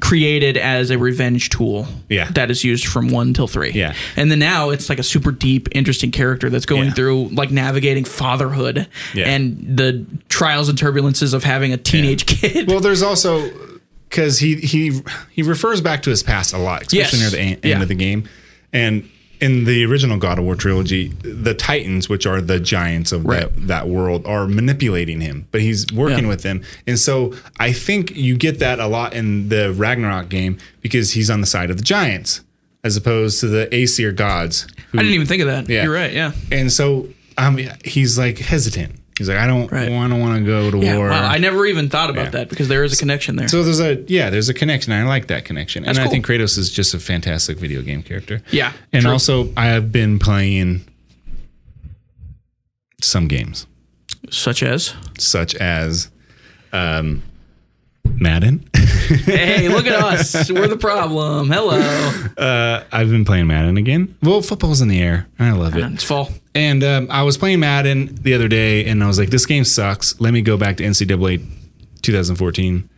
A: created as a revenge tool
B: Yeah.
A: that is used from one till three
B: Yeah.
A: and then now it's like a super deep interesting character that's going
B: Yeah.
A: through like navigating fatherhood
B: Yeah.
A: and the trials and turbulences of having a teenage kid
B: Well, there's also because he he he refers back to his past a lot, especially
A: Yes.
B: near the an- end
A: Yeah.
B: of the game, and in the original God of War trilogy, the Titans, which are the giants of
A: Right.
B: that, that world, are manipulating him, but he's working
A: Yeah.
B: with them, and so I think you get that a lot in the Ragnarok game because he's on the side of the giants as opposed to the Aesir gods. Who,
A: i didn't even think of that
B: Yeah.
A: you're right yeah
B: and so um, he's like hesitant. He's like, I don't
A: Right.
B: want to want to go to
A: Yeah,
B: war.
A: wow, I never even thought about
B: Yeah.
A: that because there is a connection there.
B: So there's a yeah, there's a connection. I like that connection, and
A: cool.
B: I think Kratos is just a fantastic video game character.
A: Yeah,
B: and
A: true.
B: also I have been playing some games
A: Such as,
B: such as um, Madden.
A: hey, look at us, we're the problem. Hello,
B: I've been playing Madden again. Well, football's in the air. I love it.
A: it's fall.
B: And um, I was playing Madden the other day, and I was like, "This game sucks. Let me go back to NCAA 2014."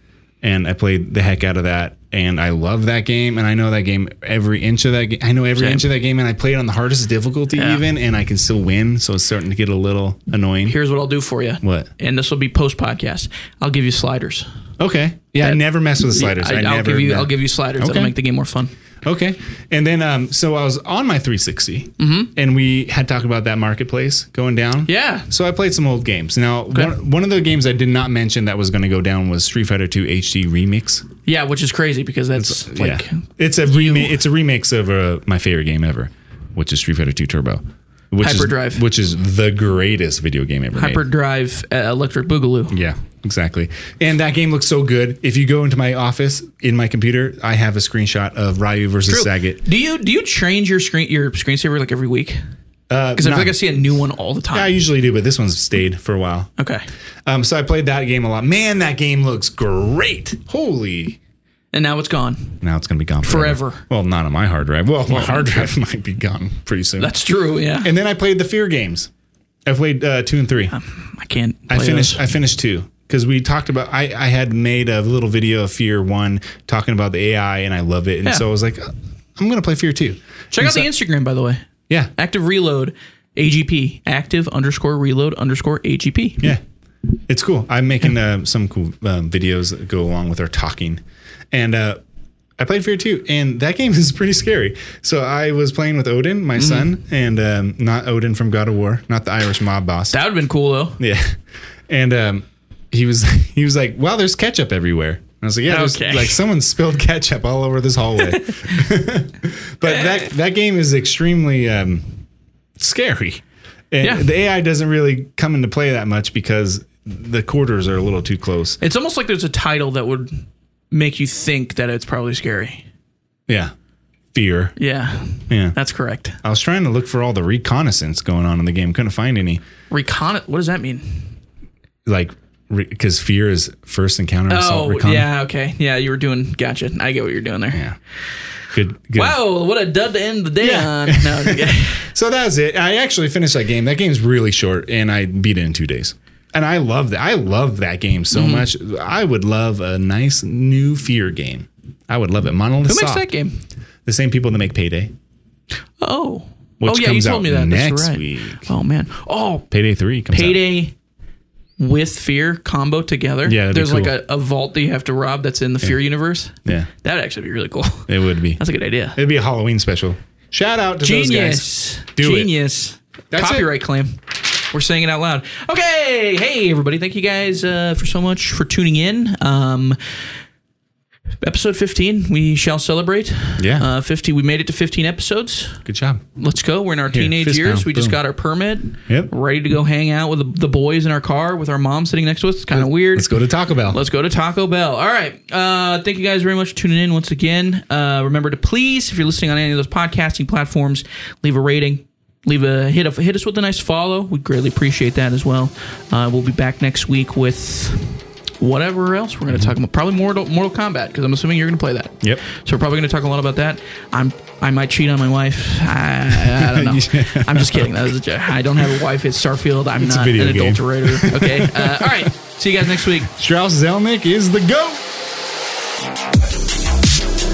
B: And I played the heck out of that, and I love that game, and I know that game every inch of that game. I know every
A: Same.
B: inch of that game, and I played on the hardest difficulty
A: Yeah.
B: even, and I can still win. So it's starting to get a little annoying.
A: Here's what I'll do for you.
B: What?
A: And this will be post podcast. I'll give you sliders.
B: Okay, yeah, I never mess with the sliders. I,
A: I,
B: never.
A: will give you.
B: no.
A: I'll give you sliders.
B: Okay.
A: That'll make the game more fun.
B: Okay. And then, um, so I was on my 360, and we had talked about that marketplace going down.
A: Mm-hmm. Yeah.
B: So I played some old games. Now, one, one of the games I did not mention that was going to go down was Street Fighter 2 HD Remix.
A: Yeah, which is crazy because that's like
B: yeah. It's a remix. It's a remix of uh, my favorite game ever, which is Street Fighter 2 Turbo. Which
A: Hyperdrive.
B: Is, which is the greatest video game ever made.
A: hyperdrive uh, electric boogaloo.
B: Yeah, exactly. And that game looks so good. If you go into my office in my computer, I have a screenshot of Ryu versus Sagat.
A: Do you do you change your screen your screensaver like every week?
B: Uh,
A: Because I feel like I see a new one all the time.
B: I usually do, but this one's stayed for a while.
A: okay.
B: Um, so I played that game a lot. Man, that game looks great. Holy.
A: And now it's gone.
B: Now it's going to be gone forever.
A: Forever.
B: Well, not on my hard drive. Well, my hard drive might be gone pretty soon.
A: That's true. Yeah.
B: and then I played the Fear games. I played uh, two and three.
A: I can't.
B: I
A: play
B: finished.
A: those.
B: I finished two because we talked about. I, I had made a little video of Fear one talking about the AI, and I love it. And
A: Yeah.
B: so I was like, uh, I'm going to play Fear two.
A: Check out the Instagram by the way.
B: Yeah,
A: Active Reload AGP. Active underscore reload underscore AGP.
B: Yeah, it's cool. I'm making uh, some cool um, videos that go along with our talking, and uh, I played Fear Two, and that game is pretty scary. So I was playing with Odin, my son, and um, not Odin from God of War, not the Irish mob boss.
A: That would have been cool though.
B: yeah, and um, he was he was like, "Wow, there's ketchup everywhere." And I was like, "Yeah, there's-
A: Okay.
B: like someone spilled ketchup all over this hallway." but that that game is extremely um, scary. And
A: Yeah.
B: the AI doesn't really come into play that much because the quarters are a little too close.
A: It's almost like there's a title that would make you think that it's probably scary.
B: Yeah. Fear.
A: Yeah,
B: Yeah.
A: that's correct.
B: I was trying to look for all the reconnaissance going on in the game, couldn't find any.
A: Recon. What does that mean?
B: Like, because fear is first encounter
A: Oh,
B: assault recon.
A: yeah. Okay. Yeah, you were doing. Gotcha. I get what you're doing there.
B: Yeah. Good, good.
A: Wow, what a dud to end the day
B: Yeah.
A: on. No,
B: So that was it. I actually finished that game. That game's really short, and I beat it in two days. And I love that. I love that game so
A: Mm-hmm.
B: much. I would love a nice new fear game. I would love it. Monolith
A: who makes
B: Soft.
A: that game?
B: The same people that make Payday.
A: Oh,
C: which
A: oh yeah, you
C: comes
A: told
C: out
A: me that.
C: next
A: That's right.
C: week.
A: Oh man. Oh,
C: Payday three comes out.
A: Payday with Fear combo together.
C: Yeah, that'd be
A: there's like
C: cool.
A: a, a vault that you have to rob that's in the Fear universe.
C: Yeah,
A: That would actually be really cool.
C: it would be.
A: That's a good idea.
B: It'd be a Halloween special. Shout out to those
A: Genius.
B: guys. Do it.
A: Genius.
B: That's it.
A: Copyright claim. We're saying it out loud. Okay. Hey, everybody. Thank you guys uh, for so much for tuning in. Um, episode 15, we shall celebrate.
C: Yeah.
A: Uh, 50, we made it to 15 episodes.
C: Good job.
A: Let's go. We're in our teenage
C: fist
A: years.
C: pound.
A: We just
C: Boom.
A: got our permit.
C: Yep.
A: Ready to go hang out with the, the boys in our car with our mom sitting next to us. It's kind of weird.
B: Let's go to Taco Bell.
A: Let's go to Taco Bell. All right. Uh, thank you guys very much for tuning in once again. Uh, remember to please, if you're listening on any of those podcasting platforms, leave a rating. Leave a hit, a hit us with a nice follow. We'd greatly appreciate that as well. Uh, we'll be back next week with whatever else we're going to talk about. Probably Mortal, Mortal Kombat, because I'm assuming you're going to play that.
C: Yep.
A: So we're probably going to talk a lot about that. I'm I might cheat on my wife. I, I don't know. I'm just kidding. That was a joke. I don't have a wife. It's Starfield. I'm not
B: video
A: an
B: game.
A: adulterator. Okay. Uh, all right. See you guys next week.
B: Strauss Zelnick is the GOAT.